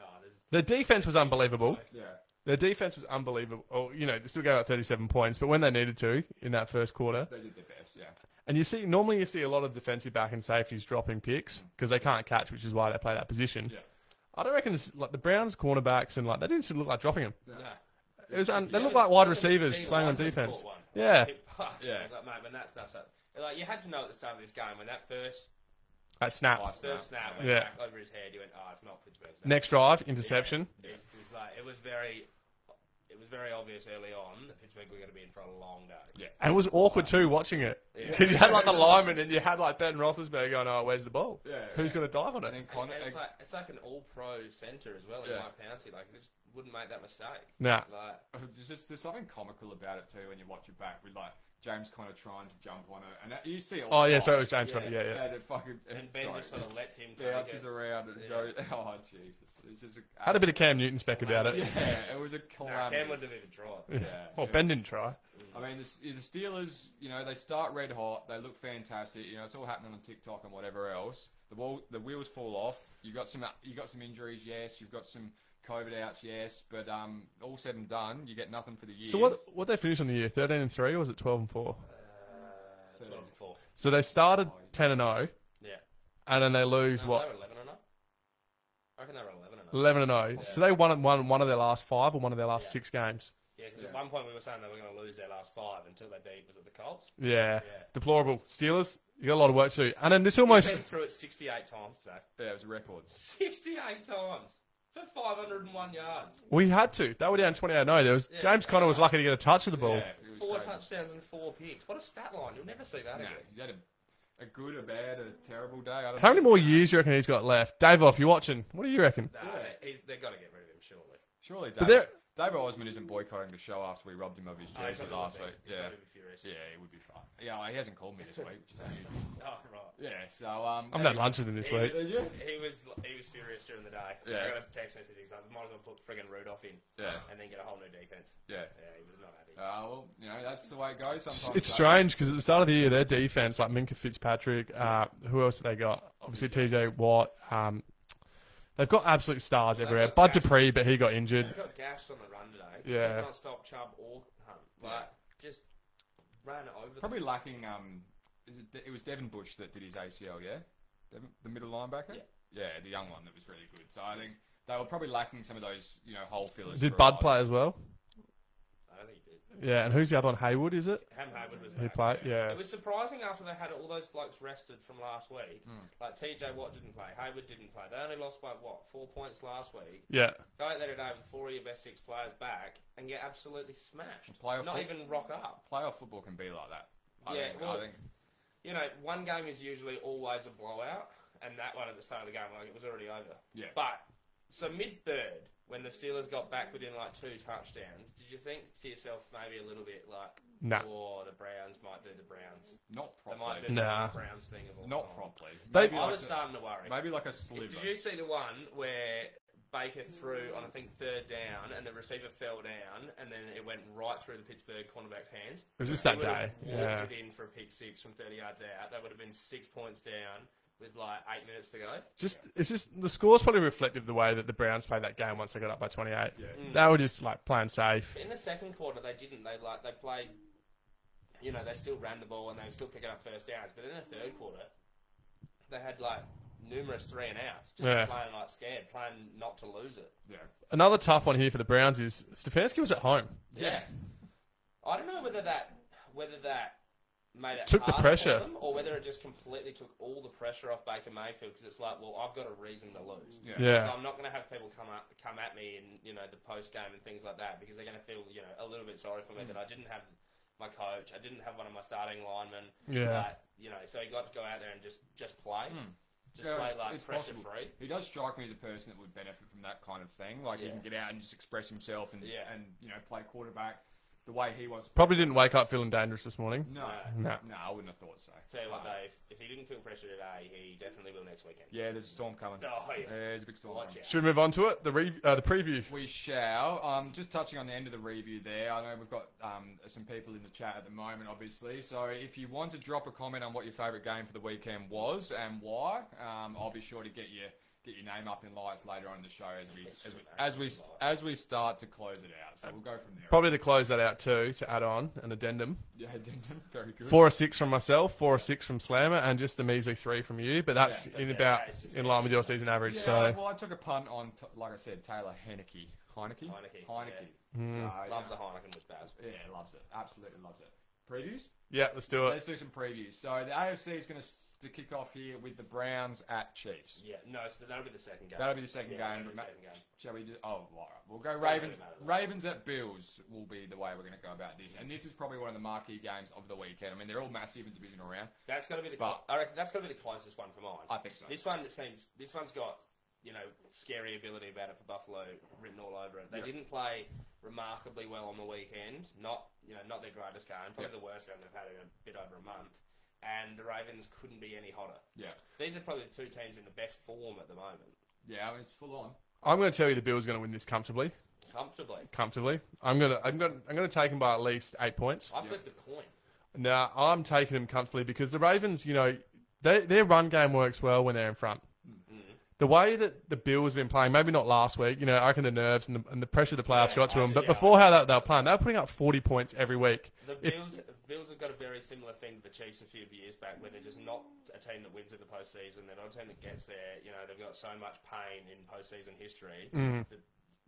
Speaker 2: Oh, there's-
Speaker 3: Their defense was unbelievable.
Speaker 1: Yeah.
Speaker 3: Their defense was unbelievable. Oh, you know, they still gave out 37 points, but when they needed to in that first quarter,
Speaker 1: They did their best, yeah.
Speaker 3: and you see, normally you see a lot of defensive back and safeties dropping picks because they can't catch, which is why they play that position.
Speaker 1: Yeah.
Speaker 3: I don't reckon it's, like the Browns cornerbacks and like they didn't look like dropping them.
Speaker 2: no.
Speaker 3: It was un- they
Speaker 2: Yeah,
Speaker 3: looked
Speaker 2: it
Speaker 3: like
Speaker 2: was
Speaker 3: wide
Speaker 2: fucking
Speaker 3: receivers
Speaker 2: Steelers.
Speaker 3: playing
Speaker 2: I
Speaker 3: on
Speaker 2: couldn't
Speaker 3: defense.
Speaker 2: caught one.
Speaker 3: Yeah.
Speaker 2: Hit pass.
Speaker 1: Yeah.
Speaker 2: I was like, mate, when that's that's that. Like you had to know at the start of this game when that first
Speaker 3: That snap.
Speaker 1: Last
Speaker 2: first snap went
Speaker 3: Yeah.
Speaker 2: back over his head, he went, "Ah, it's not Pittsburgh's." now."
Speaker 3: Next drive, interception.
Speaker 2: It, it was like it was very, it was very obvious early on that Pittsburgh were going to be in for a long day.
Speaker 1: Yeah.
Speaker 3: And it was awkward too watching it.
Speaker 2: Yeah.
Speaker 3: Because you had like the lineman and you had like Ben Roethlisberger going, oh, where's the ball?
Speaker 1: Yeah,
Speaker 3: Who's
Speaker 1: yeah.
Speaker 3: going to dive on
Speaker 1: And
Speaker 3: it?
Speaker 1: then Con-
Speaker 2: And it's like it's like an all-pro center as well in
Speaker 1: Yeah.
Speaker 2: Mike Pouncey. Like, he just wouldn't make that mistake.
Speaker 3: Nah.
Speaker 2: Like,
Speaker 1: There's just there's something comical about it too when you watch it back with like James Conner trying to jump on it, and that, you see it. All
Speaker 3: Oh,
Speaker 1: the
Speaker 3: yeah,
Speaker 1: time.
Speaker 3: so it was James
Speaker 2: Yeah.
Speaker 3: Conner. Yeah, yeah.
Speaker 1: And it fucking
Speaker 2: and Ben just sort of lets him take
Speaker 1: bounces
Speaker 2: it.
Speaker 1: around and
Speaker 2: Yeah.
Speaker 1: goes. Oh Jesus! It's just a,
Speaker 3: Had a bit of Oh, Cam Newton spec about it.
Speaker 1: Yeah, it was a
Speaker 2: Nah,
Speaker 1: calamity.
Speaker 2: Cam wouldn't have even tried.
Speaker 1: Yeah.
Speaker 3: Well, Ben didn't try.
Speaker 1: I mean, the, S- the Steelers, you know, they start red hot. They look fantastic. You know, it's all happening on TikTok and whatever else. The wall, the wheels fall off. You got some, you got some injuries, yes. You've got some COVID outs, yes. But um, all said and done, you get nothing for the year.
Speaker 3: So what? What they finish on the year? Thirteen and three, or was it twelve and four?
Speaker 2: Uh,
Speaker 1: Third.
Speaker 2: Twelve and four.
Speaker 3: So they started ten and zero,
Speaker 2: Yeah.
Speaker 3: and then they lose
Speaker 2: No, They
Speaker 3: what
Speaker 2: were eleven and up. I reckon they were eleven and up.
Speaker 3: eleven and zero. So they won won one of their last five or one of their last
Speaker 2: Yeah.
Speaker 3: six games.
Speaker 2: Yeah, because
Speaker 1: Yeah.
Speaker 2: at one point we were saying they were going to lose their last five until they beat was it the Colts?
Speaker 3: Yeah.
Speaker 2: Yeah.
Speaker 3: deplorable. Steelers, you got a lot of work to do, and then this almost
Speaker 2: Been through it 68 times today.
Speaker 1: Yeah, it was records.
Speaker 2: 68 times for 501 yards,
Speaker 3: we had to. They were down twenty eight. No, there was
Speaker 2: Yeah.
Speaker 3: James Conner was lucky to get a touch of the ball.
Speaker 1: Yeah, it was
Speaker 2: four
Speaker 1: crazy.
Speaker 2: touchdowns and four picks. What a stat line! You'll never see that
Speaker 1: Nah,
Speaker 2: again.
Speaker 1: he had a, a good, a bad, a terrible day. I don't
Speaker 3: How
Speaker 1: know.
Speaker 3: many more years do you reckon he's got left? Dave, off you watching? What do you reckon?
Speaker 2: Nah,
Speaker 1: Yeah.
Speaker 2: they, he's, they've got to get rid of him surely.
Speaker 1: Surely,
Speaker 3: But
Speaker 1: David,
Speaker 3: there-
Speaker 1: David Osman isn't boycotting the show after we robbed him of his
Speaker 2: Oh, he
Speaker 1: jersey
Speaker 2: probably
Speaker 1: last
Speaker 2: would be.
Speaker 1: week.
Speaker 2: He's
Speaker 1: Yeah,
Speaker 2: probably would be furious.
Speaker 1: yeah, he would be fine. Yeah, well, he hasn't called me this week, which is unusual.
Speaker 2: Oh right.
Speaker 1: Yeah, so um,
Speaker 3: I'm had lunch with him this
Speaker 2: He
Speaker 3: week.
Speaker 2: was,
Speaker 1: Did you?
Speaker 2: he was he was furious during the day.
Speaker 1: Yeah.
Speaker 2: I got a text message. He's like, might as well put friggin' Rudolph in
Speaker 1: Yeah,
Speaker 2: and then get a whole new defense.
Speaker 1: yeah.
Speaker 2: Yeah, he was not happy.
Speaker 1: Uh, well, you know, that's the way it goes sometimes.
Speaker 3: It's
Speaker 1: eh?
Speaker 3: strange because at the start of the year, their defense, like Minka Fitzpatrick, uh, who else have they got? Obviously, TJ Watt. Um, they've got absolute stars
Speaker 2: They've
Speaker 3: everywhere.
Speaker 2: got
Speaker 3: Bud
Speaker 2: guys.
Speaker 3: Dupree, but he got
Speaker 2: They
Speaker 3: injured.
Speaker 2: got gashed on the run today.
Speaker 3: Yeah.
Speaker 2: They can't stop Chubb or Hunt. Like, just ran it over.
Speaker 1: Probably lacking. Um, is it, De- it was Devin Bush that did his ACL, yeah, Devin, the middle linebacker.
Speaker 2: Yeah.
Speaker 1: Yeah, the young one that was really good. So I think they were probably lacking some of those, you know, hole fillers. for
Speaker 3: Did
Speaker 1: a
Speaker 3: Bud
Speaker 1: while.
Speaker 3: play as well?
Speaker 2: them. I don't think he did.
Speaker 3: Yeah, and who's the other one? Haywood, is it?
Speaker 2: Ham Hayward was
Speaker 3: He
Speaker 2: back.
Speaker 3: played, yeah.
Speaker 2: It was surprising after they had all those blokes rested from last week. Like TJ Watt didn't play, Hayward didn't play. They only lost by what four points last week.
Speaker 3: Yeah.
Speaker 2: Go out there today with four of your best six players back and get absolutely smashed.
Speaker 1: Playoff
Speaker 2: Not
Speaker 1: foot-
Speaker 2: even rock up.
Speaker 1: Playoff football can be like that. I
Speaker 2: Yeah,
Speaker 1: think,
Speaker 2: well-
Speaker 1: I think
Speaker 2: You know, one game is usually always a blowout, and that one at the start of the game, like it was already over.
Speaker 1: Yeah.
Speaker 2: But so mid third, when the Steelers got back within like two touchdowns, did you think to yourself maybe a little bit like,
Speaker 3: Nah.
Speaker 2: "Oh, the Browns might do the Browns.
Speaker 1: not
Speaker 2: They might
Speaker 1: properly.
Speaker 2: do
Speaker 3: Nah.
Speaker 2: the Browns thing of all
Speaker 1: Not
Speaker 2: time."
Speaker 1: properly.
Speaker 3: They-
Speaker 1: Maybe,
Speaker 2: I
Speaker 1: like
Speaker 2: was
Speaker 1: a,
Speaker 2: starting to worry.
Speaker 1: maybe like a sliver.
Speaker 2: Did you see the one where Baker threw on I think third down and the receiver fell down and then it went right through the Pittsburgh cornerback's hands?
Speaker 3: It was just
Speaker 2: They
Speaker 3: that
Speaker 2: would have
Speaker 3: day. Yeah.
Speaker 2: Walked it in for a pick six from thirty yards out. They would have been six points down with like eight minutes to go.
Speaker 3: Just it's just the score's probably reflective of the way that the Browns played that game once they got up by 28.
Speaker 1: Yeah.
Speaker 3: They were just like playing safe.
Speaker 2: In the second quarter, they didn't. They like they played. You know, they still ran the ball and they were still picking up first downs. But in the third quarter, they had like numerous three and outs, just
Speaker 3: Yeah.
Speaker 2: playing like scared, playing not to lose it.
Speaker 1: Yeah.
Speaker 3: Another tough one here for the Browns is Stefanski was at home.
Speaker 1: Yeah.
Speaker 2: I don't know whether that whether that made it
Speaker 3: Took the
Speaker 2: hard
Speaker 3: pressure.
Speaker 2: for them, or whether it just completely took all the pressure off Baker Mayfield because it's like, well, I've got a reason to lose.
Speaker 1: Yeah.
Speaker 3: Yeah.
Speaker 2: So I'm not going to have people come up, come at me in you know the post game and things like that because they're going to feel you know a little bit sorry for me
Speaker 1: Mm.
Speaker 2: that I didn't have my coach, I didn't have one of my starting linemen.
Speaker 3: Yeah.
Speaker 2: Like, you know, so you got to go out there and just just play. Just
Speaker 1: Mm. Yeah,
Speaker 2: play
Speaker 1: it's-
Speaker 2: like
Speaker 1: it's
Speaker 2: pressure
Speaker 1: possible.
Speaker 2: free.
Speaker 1: He does strike me as a person that would benefit from that kind of thing. Like he
Speaker 2: Yeah.
Speaker 1: can get out and just express himself and
Speaker 2: Yeah.
Speaker 1: and you know play quarterback the way he wants. to play.
Speaker 3: Probably didn't wake up feeling dangerous this morning.
Speaker 1: No, Mm.
Speaker 2: Nah.
Speaker 1: no,
Speaker 3: No.
Speaker 1: I wouldn't have thought so.
Speaker 2: Tell you what,
Speaker 1: Uh,
Speaker 2: Dave, if he didn't feel pressure today, he definitely will next weekend.
Speaker 1: Yeah, there's a storm coming.
Speaker 2: Oh, yeah.
Speaker 1: There's a big storm.
Speaker 2: Watch
Speaker 1: coming.
Speaker 2: out.
Speaker 3: Should we move on to it? The re- uh, the preview.
Speaker 1: We shall. Um, just touching on the end of the review there, I know we've got um, some people in the chat at the moment, obviously. So if you want to drop a comment on what your favourite game for the weekend was and why, um, I'll be sure to get you get your name up in lights later on in the show as we as we as we as we start to close it out. So we'll go from there.
Speaker 3: Probably to close that out too, to add on an addendum.
Speaker 1: Yeah, Denton, very good.
Speaker 3: Four or six from myself, four or six from Slammer, and just a measly three from you. But that's
Speaker 1: Yeah,
Speaker 2: but
Speaker 3: in
Speaker 2: that-
Speaker 3: about
Speaker 2: that is just-
Speaker 3: in line with your season average.
Speaker 1: yeah,
Speaker 3: so
Speaker 1: well, I took a punt on, t- like I said, Taylor Heineke. Heineke.
Speaker 2: Heineke,
Speaker 3: Mm.
Speaker 1: So,
Speaker 2: Loves the Heineken with Baz.
Speaker 1: Oh, yeah, loves it. Absolutely loves it. Previews.
Speaker 3: yeah, let's do it.
Speaker 1: Let's do some previews. So the AFC is going to kick off here with the Browns at Chiefs.
Speaker 2: Yeah, no, so that'll be the second game.
Speaker 1: That'll be the second
Speaker 2: Yeah,
Speaker 1: game.
Speaker 2: that'll be the
Speaker 1: Ma-
Speaker 2: second game.
Speaker 1: Shall we do? Oh, all right. We'll go
Speaker 2: really
Speaker 1: Ravens.
Speaker 2: matter, though.
Speaker 1: Ravens at Bills will be the way we're going to go about this. And this is probably one of the marquee games of the weekend. I mean, they're all massive in division around.
Speaker 2: That's gotta be the.
Speaker 1: But-
Speaker 2: I reckon that's gotta be the closest one for mine.
Speaker 1: I think so.
Speaker 2: This one seems. This one's got you know scary ability about it for Buffalo written all over it. They
Speaker 1: Yep.
Speaker 2: didn't play remarkably well on the weekend. Not you know not their greatest game. Probably
Speaker 1: Yep.
Speaker 2: the worst game they've had in a bit over a month. And the Ravens couldn't be any hotter.
Speaker 1: Yeah.
Speaker 2: These are probably the two teams in the best form at the moment,
Speaker 1: Yeah, I mean, it's full on.
Speaker 3: I'm going to tell you the Bills are going to win this comfortably.
Speaker 2: comfortably.
Speaker 3: Comfortably. I'm going to I'm going to, I'm going to take them by at least eight points.
Speaker 2: I
Speaker 1: Yep.
Speaker 2: flipped the coin.
Speaker 3: Now I'm taking them comfortably because the Ravens, you know, they, their run game works well when they're in front.
Speaker 1: Mm-hmm.
Speaker 3: The way that the Bills have been playing, maybe not last week, you know, I reckon the nerves and the, and the pressure the playoffs
Speaker 2: Yeah,
Speaker 3: got to
Speaker 2: I-
Speaker 3: them, but
Speaker 2: yeah.
Speaker 3: before how that they were playing, they were putting up 40 points every week.
Speaker 2: The
Speaker 3: If-
Speaker 2: Bills, Bills have got a very similar thing to the Chiefs a few years back, where they're just not a team that wins in the postseason. They're not a team that gets there. You know, they've got so much pain in postseason history.
Speaker 3: Mm-hmm.
Speaker 2: that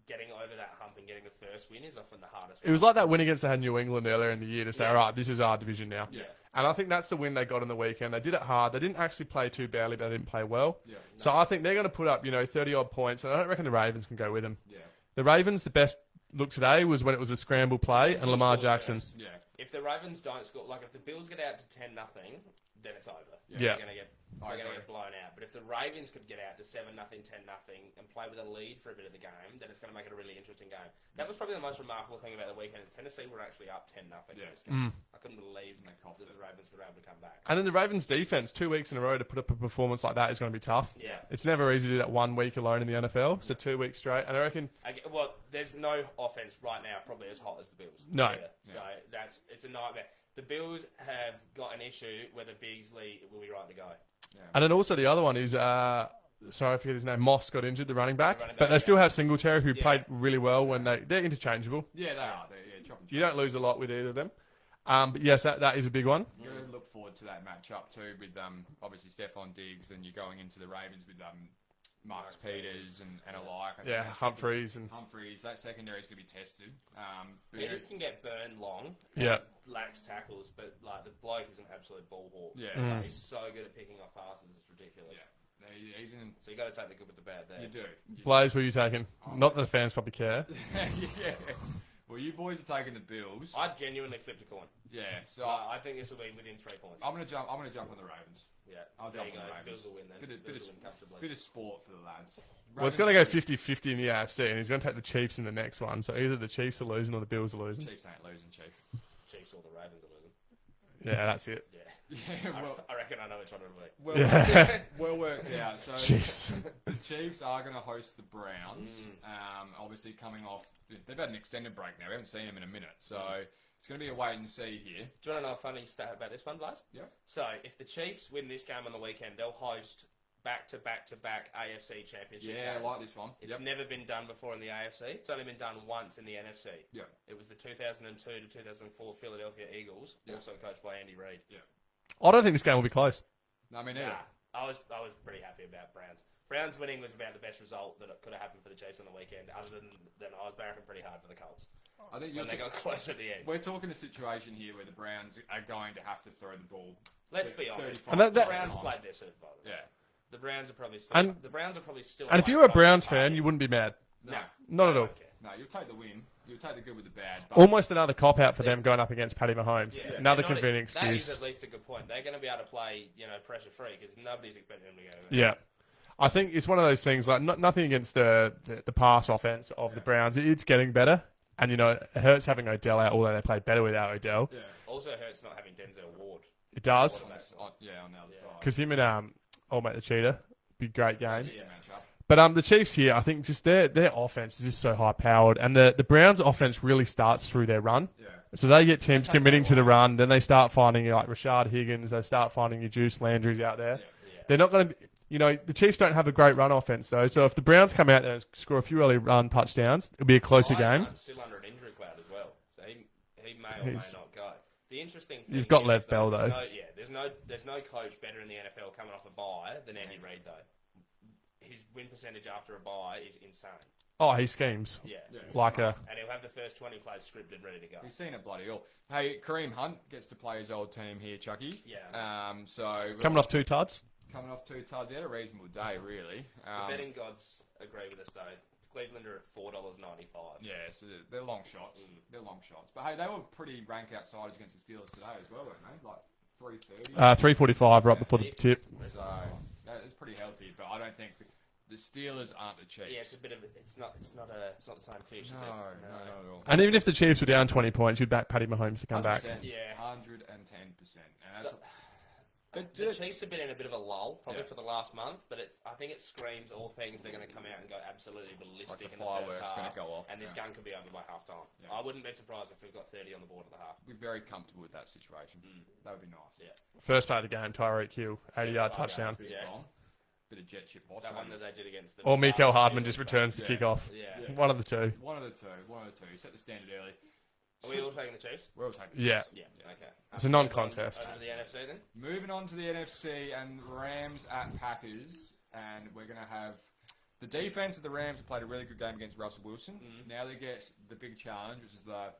Speaker 2: Getting over that hump and getting the first win is often the hardest.
Speaker 3: It was like that win against the New England earlier in the year to say,
Speaker 2: Yeah.
Speaker 3: all right, this is our division now.
Speaker 1: Yeah.
Speaker 3: And I think that's the win they got on the weekend. They did it hard. They didn't actually play too badly, but they didn't play well.
Speaker 1: Yeah.
Speaker 3: So I think they're going to put up, you know, 30 odd points, and I don't reckon the Ravens can go with them.
Speaker 1: Yeah.
Speaker 3: The Ravens, the best look today was when it was a scramble play and Lamar Jackson.
Speaker 1: Yeah.
Speaker 2: If the Ravens don't score, like if the Bills get out to ten nothing, then it's over.
Speaker 3: Yeah.
Speaker 2: they're gonna get
Speaker 1: I
Speaker 2: they're gonna
Speaker 1: agree.
Speaker 2: get blown out. But if the Ravens could get out to seven nothing, ten nothing, and play with a lead for a bit of the game, then it's gonna make it a really interesting game. That was probably the most remarkable thing about the weekend. Is Tennessee were actually up ten nothing
Speaker 1: Yeah.
Speaker 2: in this
Speaker 3: Mm.
Speaker 2: game. I couldn't believe
Speaker 1: They
Speaker 2: that
Speaker 1: copped it.
Speaker 2: the Ravens were able to come back.
Speaker 3: And then the Ravens defense, two weeks in a row to put up a performance like that is going to be tough.
Speaker 2: Yeah.
Speaker 3: It's never easy to do that one week alone in the NFL. So two weeks straight. And I reckon
Speaker 2: Okay, well, there's no offense right now probably as hot as the Bills.
Speaker 3: No.
Speaker 2: Either. So that's it's a nightmare. The Bills have got an issue whether Beasley will be right to go.
Speaker 3: and then also the other one is uh sorry I forget his name, Moss got injured, the running back.
Speaker 2: running
Speaker 3: but
Speaker 2: back,
Speaker 3: they
Speaker 2: yeah.
Speaker 3: still have Singletary who
Speaker 2: Yeah.
Speaker 3: played really well when they they're interchangeable.
Speaker 1: Yeah, they are. They're, yeah, chop and
Speaker 3: You don't lose a lot with either of them. Um, but yes, that, that is a big one.
Speaker 1: You're going to look forward to that matchup too, with um, obviously Stefan Diggs, and you're going into the Ravens with um, Marcus
Speaker 2: Mark
Speaker 1: Peters and, and alike. I think
Speaker 3: Yeah,
Speaker 1: that
Speaker 3: Humphreys and
Speaker 1: second- Humphreys. That secondary is going to be tested. Um, but
Speaker 2: Peters can get burned long.
Speaker 3: Yeah.
Speaker 2: Lacks tackles, but like the bloke is an absolute ball hawk.
Speaker 1: yeah,
Speaker 3: Mm.
Speaker 2: Like, he's so good at picking off passes, it's ridiculous.
Speaker 1: yeah, he- he's in.
Speaker 2: So you got to take the good with the bad there.
Speaker 1: You do. You-
Speaker 3: Blaze, who are you taking? Not that the fans probably care.
Speaker 1: yeah. Well, you boys are taking the Bills.
Speaker 2: I genuinely flipped a coin.
Speaker 1: yeah. So
Speaker 2: Like, I think this will be within three points.
Speaker 1: I'm going to jump. I'm going to jump on the Ravens.
Speaker 2: yeah,
Speaker 1: I'll
Speaker 2: there you
Speaker 1: jump
Speaker 2: go.
Speaker 1: on the Ravens.
Speaker 2: Bills will win then.
Speaker 1: Bit of- bit
Speaker 2: Bills will
Speaker 1: of-
Speaker 2: win comfortably.
Speaker 1: Bit of sport for the lads.
Speaker 3: Well, it's going to go 50-50 in the AFC, and he's going to take the Chiefs in the next one. So either the Chiefs are losing or the Bills are losing.
Speaker 1: Chiefs ain't losing, chief.
Speaker 2: Chiefs or the Ravens are losing.
Speaker 3: Yeah, that's it.
Speaker 2: Yeah,
Speaker 1: Yeah.
Speaker 2: I,
Speaker 1: Well,
Speaker 2: I reckon I know which one it'll be.
Speaker 1: well,
Speaker 3: Yeah.
Speaker 1: well worked out. So
Speaker 3: Chiefs.
Speaker 1: the Chiefs are going to host the Browns.
Speaker 2: Mm.
Speaker 1: Um, obviously, coming off, they've had an extended break now. We haven't seen them in a minute, so it's going to be a wait and see here.
Speaker 2: Do you want to know a funny stat about this one, Blaze?
Speaker 1: Yeah.
Speaker 2: So if the Chiefs win this game on the weekend, they'll host back to back to back AFC Championship.
Speaker 1: Yeah, I
Speaker 2: games.
Speaker 1: like this one.
Speaker 2: It's
Speaker 1: Yep.
Speaker 2: never been done before in the AFC. It's only been done once in the NFC.
Speaker 1: Yeah.
Speaker 2: It was the 2002 to 2004 Philadelphia Eagles,
Speaker 1: Yeah.
Speaker 2: also coached by Andy Reid.
Speaker 3: I don't think this game will be close.
Speaker 1: No, I mean, neither.
Speaker 2: Nah, I was I was pretty happy about Browns. Browns winning was about the best result that could have happened for the Chiefs on the weekend. Other than than I was barracking pretty hard for the Colts
Speaker 1: I think you're
Speaker 2: when they
Speaker 1: ta-
Speaker 2: got close at the end.
Speaker 1: we're talking a situation here where the Browns are going to have to throw the ball.
Speaker 2: Let's be
Speaker 1: 35
Speaker 2: honest.
Speaker 3: And that-
Speaker 2: The
Speaker 3: that-
Speaker 2: Browns
Speaker 1: times.
Speaker 2: played their Super Bowl.
Speaker 1: Yeah.
Speaker 2: The Browns are probably still.
Speaker 3: And-
Speaker 2: the Browns are probably still.
Speaker 3: And if
Speaker 2: away
Speaker 3: you were a
Speaker 2: from-
Speaker 3: Browns fan, you wouldn't be mad.
Speaker 1: No.
Speaker 2: No.
Speaker 3: Not
Speaker 2: I
Speaker 3: at all.
Speaker 2: don't care.
Speaker 1: No, you'll take the win. You'll take the good with the bad. But
Speaker 3: Almost another cop out for them going up against Paddy Mahomes.
Speaker 2: Yeah,
Speaker 3: another
Speaker 2: they're not-
Speaker 3: convenient
Speaker 2: That is
Speaker 3: excuse.
Speaker 2: at least a good point. They're going to be able to play, you know, pressure free because nobody's expecting them to go. there.
Speaker 3: Yeah. I think it's one of those things like not, nothing against the, the, the pass offense of the Browns. It's getting better. And, you know, it hurts having Odell out, although they played better without Odell.
Speaker 1: yeah,
Speaker 2: Also hurts not having Denzel Ward.
Speaker 3: It does.
Speaker 1: on this, on, yeah, on the other side.
Speaker 3: Because him and, um, oh, mate, the Cheetah, be a great game.
Speaker 1: yeah, matchup.
Speaker 3: But um, the Chiefs here, I think just their, their offense is just so high powered. And the, the Browns' offense really starts through their run.
Speaker 1: Yeah,
Speaker 3: So they get teams
Speaker 1: They take
Speaker 3: committing
Speaker 1: that
Speaker 3: to the
Speaker 1: away.
Speaker 3: run. Then they start finding like Rashad Higgins. They start finding your Juice Landry's out there.
Speaker 1: yeah.
Speaker 2: Yeah.
Speaker 3: They're not going to, you know, the Chiefs don't have a great run offense though. So if the Browns come out there and score a few early run touchdowns, it'll be a closer game.
Speaker 2: Ironman's Still under an injury cloud as well, so he he may or
Speaker 3: He's-
Speaker 2: may not go. The interesting thing
Speaker 3: You've got
Speaker 2: is
Speaker 3: Lev
Speaker 2: that
Speaker 3: Bell,
Speaker 2: there's
Speaker 3: though.
Speaker 2: No, yeah, there's no there's no coach better in the NFL coming off a bye than Andy Reid though. His win percentage after a bye is insane.
Speaker 3: Oh, he schemes
Speaker 2: Yeah.
Speaker 1: Yeah.
Speaker 3: like a.
Speaker 2: And he'll have the first 20 plays scripted ready to go.
Speaker 1: He's seen it bloody ill. Hey, Kareem Hunt gets to play his old team here, Chucky.
Speaker 2: Yeah.
Speaker 1: Um, so
Speaker 3: Coming off two tuds.
Speaker 1: coming off two tuds, he had a reasonable day, really.
Speaker 2: The
Speaker 1: Um,
Speaker 2: betting gods agree with us though. Cleveland are at $4.95.
Speaker 1: yeah, so they're- they're long shots.
Speaker 2: Mm.
Speaker 1: They're long shots. But hey, they were pretty rank outsiders against the Steelers today as well, weren't they? Like three thirty.
Speaker 3: Uh, 345 right before the tip.
Speaker 1: So that is pretty healthy, but I don't think the Steelers aren't the Chiefs.
Speaker 2: Yeah, it's a bit of it's not it's not a it's not the same fish.
Speaker 1: no,
Speaker 2: is
Speaker 1: no,
Speaker 2: it?
Speaker 1: not at all.
Speaker 3: And even if the Chiefs were down 20 points, you'd back Paddy Mahomes to come back.
Speaker 1: 100%,
Speaker 2: Yeah.
Speaker 1: 110%. And that's
Speaker 2: So-
Speaker 1: But
Speaker 2: The
Speaker 1: did-
Speaker 2: Chiefs have been in a bit of a lull probably
Speaker 1: Yeah.
Speaker 2: for the last month, but it's I think it screams all things they're going to come out and go absolutely ballistic
Speaker 1: Like the
Speaker 2: in the first
Speaker 1: fireworks
Speaker 2: half,
Speaker 1: gonna go off,
Speaker 2: and this
Speaker 1: yeah.
Speaker 2: gun could be over by half time.
Speaker 1: Yeah.
Speaker 2: I wouldn't be surprised if we've got 30 on the board at the half.
Speaker 1: we're very comfortable with that situation.
Speaker 2: Mm.
Speaker 1: That would be nice.
Speaker 2: Yeah,
Speaker 3: First play of the game, Tyreek Hill, 80 yard touchdown.
Speaker 1: Bit
Speaker 2: Yeah.
Speaker 1: long, bit of jet chip boss.
Speaker 2: that one
Speaker 1: maybe.
Speaker 2: that they did against the
Speaker 3: Or Mikael
Speaker 2: Chargers,
Speaker 3: Hardman
Speaker 2: yeah.
Speaker 3: just returns the
Speaker 1: Yeah.
Speaker 3: kickoff.
Speaker 2: Yeah,
Speaker 1: Yeah.
Speaker 3: One of the two.
Speaker 1: One of the two. One of the two. You set the standard early.
Speaker 2: are we all taking the Chiefs?
Speaker 1: We're all taking the
Speaker 3: Yeah.
Speaker 1: Chiefs.
Speaker 2: Yeah, okay.
Speaker 3: It's a non-contest.
Speaker 2: Over to the NFC then.
Speaker 1: Moving on to the NFC and Rams at Packers, and we're going to have the defense of the Rams have played a really good game against Russell Wilson.
Speaker 2: Mm-hmm.
Speaker 1: Now they get the big challenge, which is the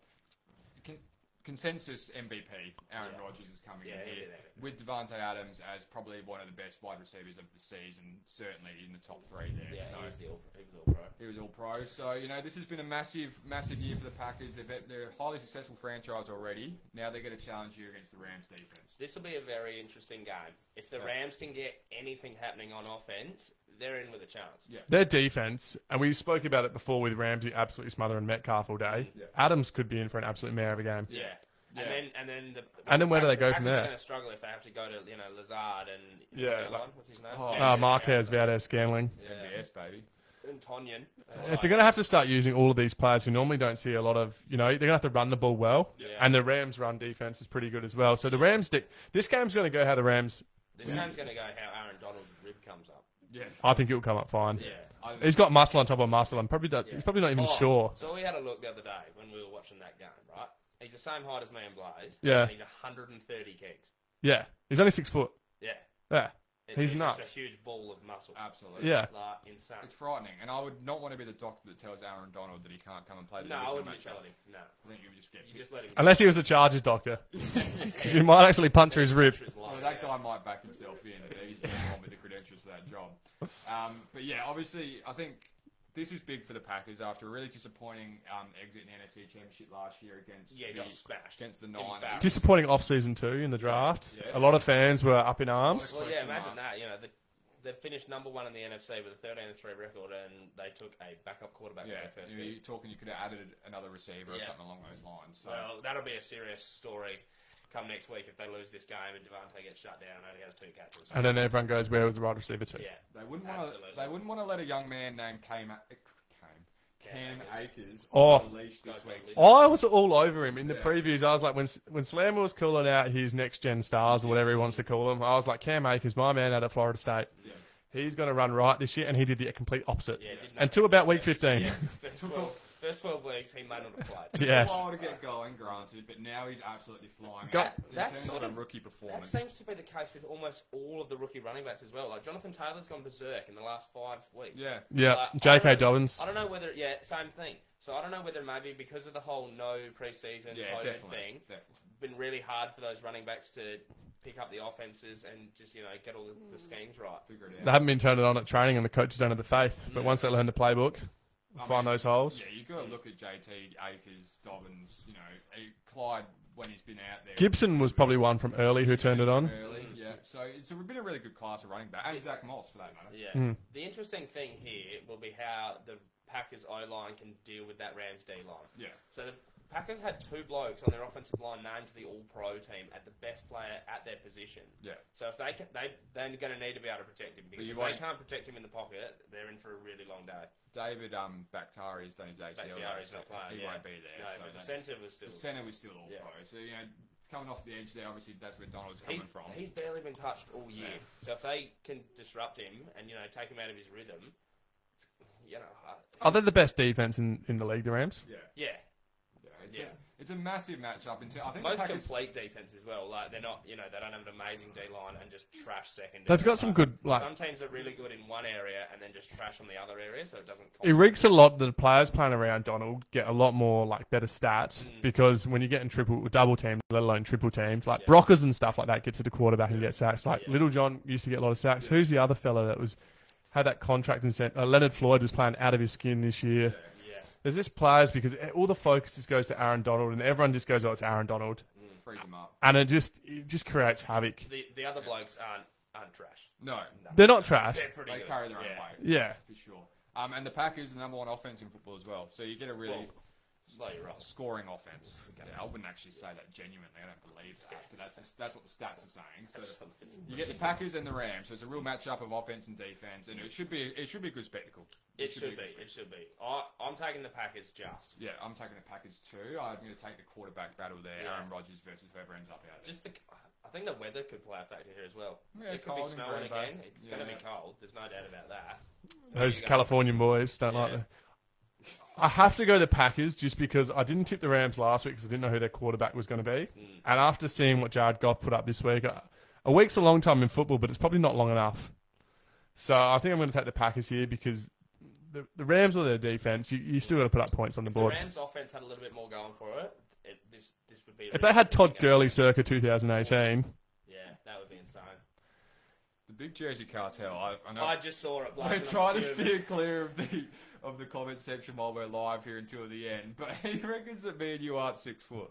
Speaker 1: con- consensus MVP. Aaron
Speaker 2: Yeah.
Speaker 1: Rodgers is coming in
Speaker 2: Yeah, he'll
Speaker 1: here
Speaker 2: be there.
Speaker 1: with Devontae Adams as probably one of the best wide receivers of the season, certainly in the top three there.
Speaker 2: Yeah,
Speaker 1: so.
Speaker 2: he was the all, he was all pro.
Speaker 1: He was all pro. So, you know, this has been a massive, massive year for the Packers. They're, they're a highly successful franchise already. Now they're going to challenge you against the Rams defense.
Speaker 2: This will be a very interesting game. If the
Speaker 1: Yeah.
Speaker 2: Rams can get anything happening on offense, they're in with a chance.
Speaker 1: Yeah.
Speaker 3: Their defense, and we spoke about it before with Ramsey absolutely smothering Metcalf all day.
Speaker 1: Yeah.
Speaker 3: Adams could be in for an absolute mare of a game.
Speaker 2: Yeah.
Speaker 1: Yeah.
Speaker 2: And then and then the
Speaker 3: And then where do they go from there?
Speaker 2: They're going to struggle if they have to go to you know Lazard and
Speaker 3: Yeah,
Speaker 2: what's, that
Speaker 3: like-
Speaker 2: line? What's his name?
Speaker 1: Oh.
Speaker 3: Uh, Marquez Valdez Scanling.
Speaker 2: Yeah.
Speaker 1: MVS, baby.
Speaker 2: And Tonyan.
Speaker 3: If they're going to have to start using all of these players who normally don't see a lot of, you know, they're going to have to run the ball well.
Speaker 2: Yeah.
Speaker 3: And the Rams' run defense is pretty good as well. So the Rams, de- this game's going to go how the Rams.
Speaker 2: this game's going to go how Aaron Donald's rib comes up.
Speaker 1: Yeah.
Speaker 3: I think it'll come up fine.
Speaker 1: I think
Speaker 3: He's got muscle on top of muscle. I'm probably not, he's probably not even
Speaker 2: Oh,
Speaker 3: sure.
Speaker 2: So we had a look the other day when we were watching that game, right? He's the same height as me and Blaze.
Speaker 3: Yeah.
Speaker 2: And he's 130 kgs.
Speaker 3: Yeah, he's only six foot.
Speaker 2: Yeah.
Speaker 3: Yeah,
Speaker 2: It's,
Speaker 3: He's
Speaker 2: it's
Speaker 3: nuts. Uh,
Speaker 2: Just a huge ball of muscle.
Speaker 1: Absolutely.
Speaker 3: yeah.
Speaker 2: Like insane.
Speaker 1: It's frightening, and I would not want to be the doctor that tells Aaron Donald that he can't come and play the
Speaker 2: no, I
Speaker 1: divisional
Speaker 2: wouldn't be
Speaker 1: matchup.
Speaker 2: telling him. No.
Speaker 1: I think you would just get
Speaker 2: You
Speaker 1: hit.
Speaker 2: just let him.
Speaker 3: Unless he was the Chargers doctor, 'Cause he might actually puncture his rib.
Speaker 1: Oh, that guy might back himself in. but He's the one with the credentials for that job. Um, but yeah, obviously, I think this is big for the Packers after a really disappointing um, exit in the NFC Championship last year against
Speaker 2: Yeah, he
Speaker 1: the,
Speaker 2: got smashed.
Speaker 1: against the
Speaker 2: Embarrassed.
Speaker 1: Niners.
Speaker 3: Disappointing off season two in the draft.
Speaker 1: Yes.
Speaker 3: A lot of fans were up in arms.
Speaker 2: Well, yeah,
Speaker 1: Question
Speaker 2: imagine
Speaker 1: marks.
Speaker 2: that. You know, the, they finished number one in the NFC with a 13 3 record, and they took a backup quarterback
Speaker 1: Yeah,
Speaker 2: in their first
Speaker 1: you know,
Speaker 2: pick.
Speaker 1: you're talking you could have added another receiver or
Speaker 2: Yeah.
Speaker 1: something along those lines. So
Speaker 2: Well, that'll be a serious story come next week if they lose this game and Devante gets shut down and only has two catches.
Speaker 3: And then everyone goes, where was the wide receiver to?
Speaker 2: yeah,
Speaker 1: they wouldn't want to.
Speaker 2: absolutely.
Speaker 1: They wouldn't want to let a young man named Cam Cam,
Speaker 2: Cam
Speaker 1: Cam Akers
Speaker 3: Oh.
Speaker 1: on the leash this
Speaker 2: Go
Speaker 1: week.
Speaker 2: Bradley.
Speaker 3: I was all over him in the
Speaker 1: Yeah.
Speaker 3: previews. I was like, when when Slammer was calling out his next gen stars or whatever he wants to call them, I was like, Cam Akers, my man out of Florida State,
Speaker 1: Yeah.
Speaker 3: he's going to run right this year, and he did the complete opposite.
Speaker 2: Yeah, did
Speaker 3: and to about week
Speaker 2: Yes.
Speaker 3: 15.
Speaker 2: Yeah, first, 12, first 12 weeks, he may not have played.
Speaker 3: yes.
Speaker 1: A while to get going, granted, but now he's absolutely flying.
Speaker 3: Go-
Speaker 1: out. In
Speaker 2: That's
Speaker 1: terms
Speaker 2: sort
Speaker 1: of
Speaker 2: of-
Speaker 1: a rookie
Speaker 2: That
Speaker 1: performance.
Speaker 2: seems to be the case with almost all of the rookie running backs as well. Like Jonathan Taylor's gone berserk in the last five weeks.
Speaker 1: Yeah,
Speaker 3: Yeah,
Speaker 2: Like, I don't know-
Speaker 3: J.K. Dobbins.
Speaker 2: I don't know whether, yeah, same thing. So I don't know whether maybe because of the whole no preseason
Speaker 1: yeah,
Speaker 2: COVID
Speaker 1: definitely.
Speaker 2: thing,
Speaker 1: definitely.
Speaker 2: it's been really hard for those running backs to pick up the offenses and just you know get all the, the schemes right.
Speaker 1: Figure it
Speaker 3: They
Speaker 1: out.
Speaker 3: haven't been turned on at training, and the coaches don't have the faith. But once they learn the playbook,
Speaker 1: I
Speaker 3: find
Speaker 1: mean,
Speaker 3: those holes.
Speaker 1: Yeah, you got to look at JT Akers, Dobbins. You know, eh, Clyde when he's been out there.
Speaker 3: Gibson was probably one from early who turned it on.
Speaker 1: early. Yeah, so it's a- been a really good class of running back, and Zach Moss for that matter.
Speaker 2: Yeah.
Speaker 3: Mm.
Speaker 2: The interesting thing here will be how the Packers O line can deal with that Rams D line.
Speaker 1: Yeah,
Speaker 2: So the Packers had two blokes on their offensive line named to the All Pro team at the best player at their position.
Speaker 1: yeah.
Speaker 2: So if they can, they they're going to need to be able to protect him because
Speaker 1: you
Speaker 2: if
Speaker 1: won't-
Speaker 2: they can't protect him in the pocket, they're in for a really long day.
Speaker 1: David um, Bakhtari has done his ACL.
Speaker 2: Bakhtiari's
Speaker 1: so
Speaker 2: not playing,
Speaker 1: He
Speaker 2: yeah.
Speaker 1: won't be there.
Speaker 2: No,
Speaker 1: so
Speaker 2: but the
Speaker 1: that's-
Speaker 2: centre was
Speaker 1: the
Speaker 2: still.
Speaker 1: centre was still all
Speaker 2: Yeah.
Speaker 1: pro. So you know, coming off the edge there, obviously that's where Donald's coming
Speaker 2: He's,
Speaker 1: from.
Speaker 2: he's barely been touched all year.
Speaker 1: Yeah.
Speaker 2: So if they can disrupt him and you know take him out of his rhythm, you know, I-
Speaker 3: Are they the best defense in, in the league, the Rams?
Speaker 1: yeah,
Speaker 2: yeah,
Speaker 1: yeah. It's,
Speaker 2: Yeah.
Speaker 1: A, it's a massive matchup. Until I think
Speaker 2: Most
Speaker 1: the Packers,
Speaker 2: complete defense as well. Like they're not, you know, they don't have an amazing D line and just trash second.
Speaker 3: They've got some good like
Speaker 2: Some teams are really good in one area and then just trash on the other area, so it doesn't.
Speaker 3: it reeks a lot that the players playing around Donald get a lot more like better stats
Speaker 2: Mm.
Speaker 3: because when you get in triple double teamed, let alone triple teamed, like
Speaker 2: Yeah.
Speaker 3: blockers and stuff like that get to the quarterback and
Speaker 1: Yeah.
Speaker 3: get sacks. Like
Speaker 2: Yeah.
Speaker 3: Little John used to get a lot of sacks. Who's the other fella that was had that contract and sent uh, Leonard Floyd was playing out of his skin this year.
Speaker 1: yeah.
Speaker 2: Yeah,
Speaker 3: There's this players because e, all the focus just goes to Aaron Donald and everyone just goes, Oh, it's Aaron Donald
Speaker 1: freed him up.
Speaker 3: and it just it just creates havoc.
Speaker 2: the the other blokes aren't aren't trash.
Speaker 1: No,
Speaker 3: They're not trash.
Speaker 2: They're pretty
Speaker 1: they
Speaker 2: good.
Speaker 1: carry their own
Speaker 2: yeah.
Speaker 1: weight
Speaker 3: Yeah.
Speaker 1: for sure. Um, and the Packers are the number one offense in football as well. So you get a really
Speaker 2: Well, Slow your roll.
Speaker 1: scoring offense. Yeah, I wouldn't actually say that genuinely. I don't believe that, but that's the, that's what the stats are saying. So you get the Packers and the Rams, so it's a real matchup of offense and defense, and it should be it should be a good spectacle.
Speaker 2: It should
Speaker 1: a
Speaker 2: be.
Speaker 1: good
Speaker 2: It should be. I, I'm taking the Packers just.
Speaker 1: Yeah, I'm taking the Packers too. I'm going to take the quarterback battle there,
Speaker 2: Yeah.
Speaker 1: Aaron Rodgers versus whoever ends up out there.
Speaker 2: Just the. I think the weather could play a factor here as well.
Speaker 1: Yeah,
Speaker 2: it could be
Speaker 1: cold in
Speaker 2: snowing
Speaker 1: Green Bay.
Speaker 2: again. It's going to
Speaker 1: Yeah.
Speaker 2: be cold. There's no doubt about that.
Speaker 3: Those
Speaker 2: Yeah.
Speaker 3: Californian boys don't like
Speaker 2: Yeah.
Speaker 3: the. I have to go the Packers just because I didn't tip the Rams last week because I didn't know who their quarterback was going to be.
Speaker 2: Mm.
Speaker 3: And after seeing what Jared Goff put up this week, uh, a week's a long time in football, but it's probably not long enough. So I think I'm going to take the Packers here because the, the Rams or their defense, you, you still got to put up points on the
Speaker 2: If the
Speaker 3: board.
Speaker 2: Rams' offense had a little bit more going for it, it this this would be. a
Speaker 3: If
Speaker 2: really
Speaker 3: they had
Speaker 2: good
Speaker 3: Todd
Speaker 2: game.
Speaker 3: Gurley circa 2018,
Speaker 2: yeah, that would be insane.
Speaker 1: The big Jersey cartel. I, I know.
Speaker 2: I just saw it.
Speaker 1: we're
Speaker 2: blazing on
Speaker 1: trying to
Speaker 2: Twitter.
Speaker 1: steer clear of the of the comment section while we're live here until the end, but he reckons that me and you aren't six foot.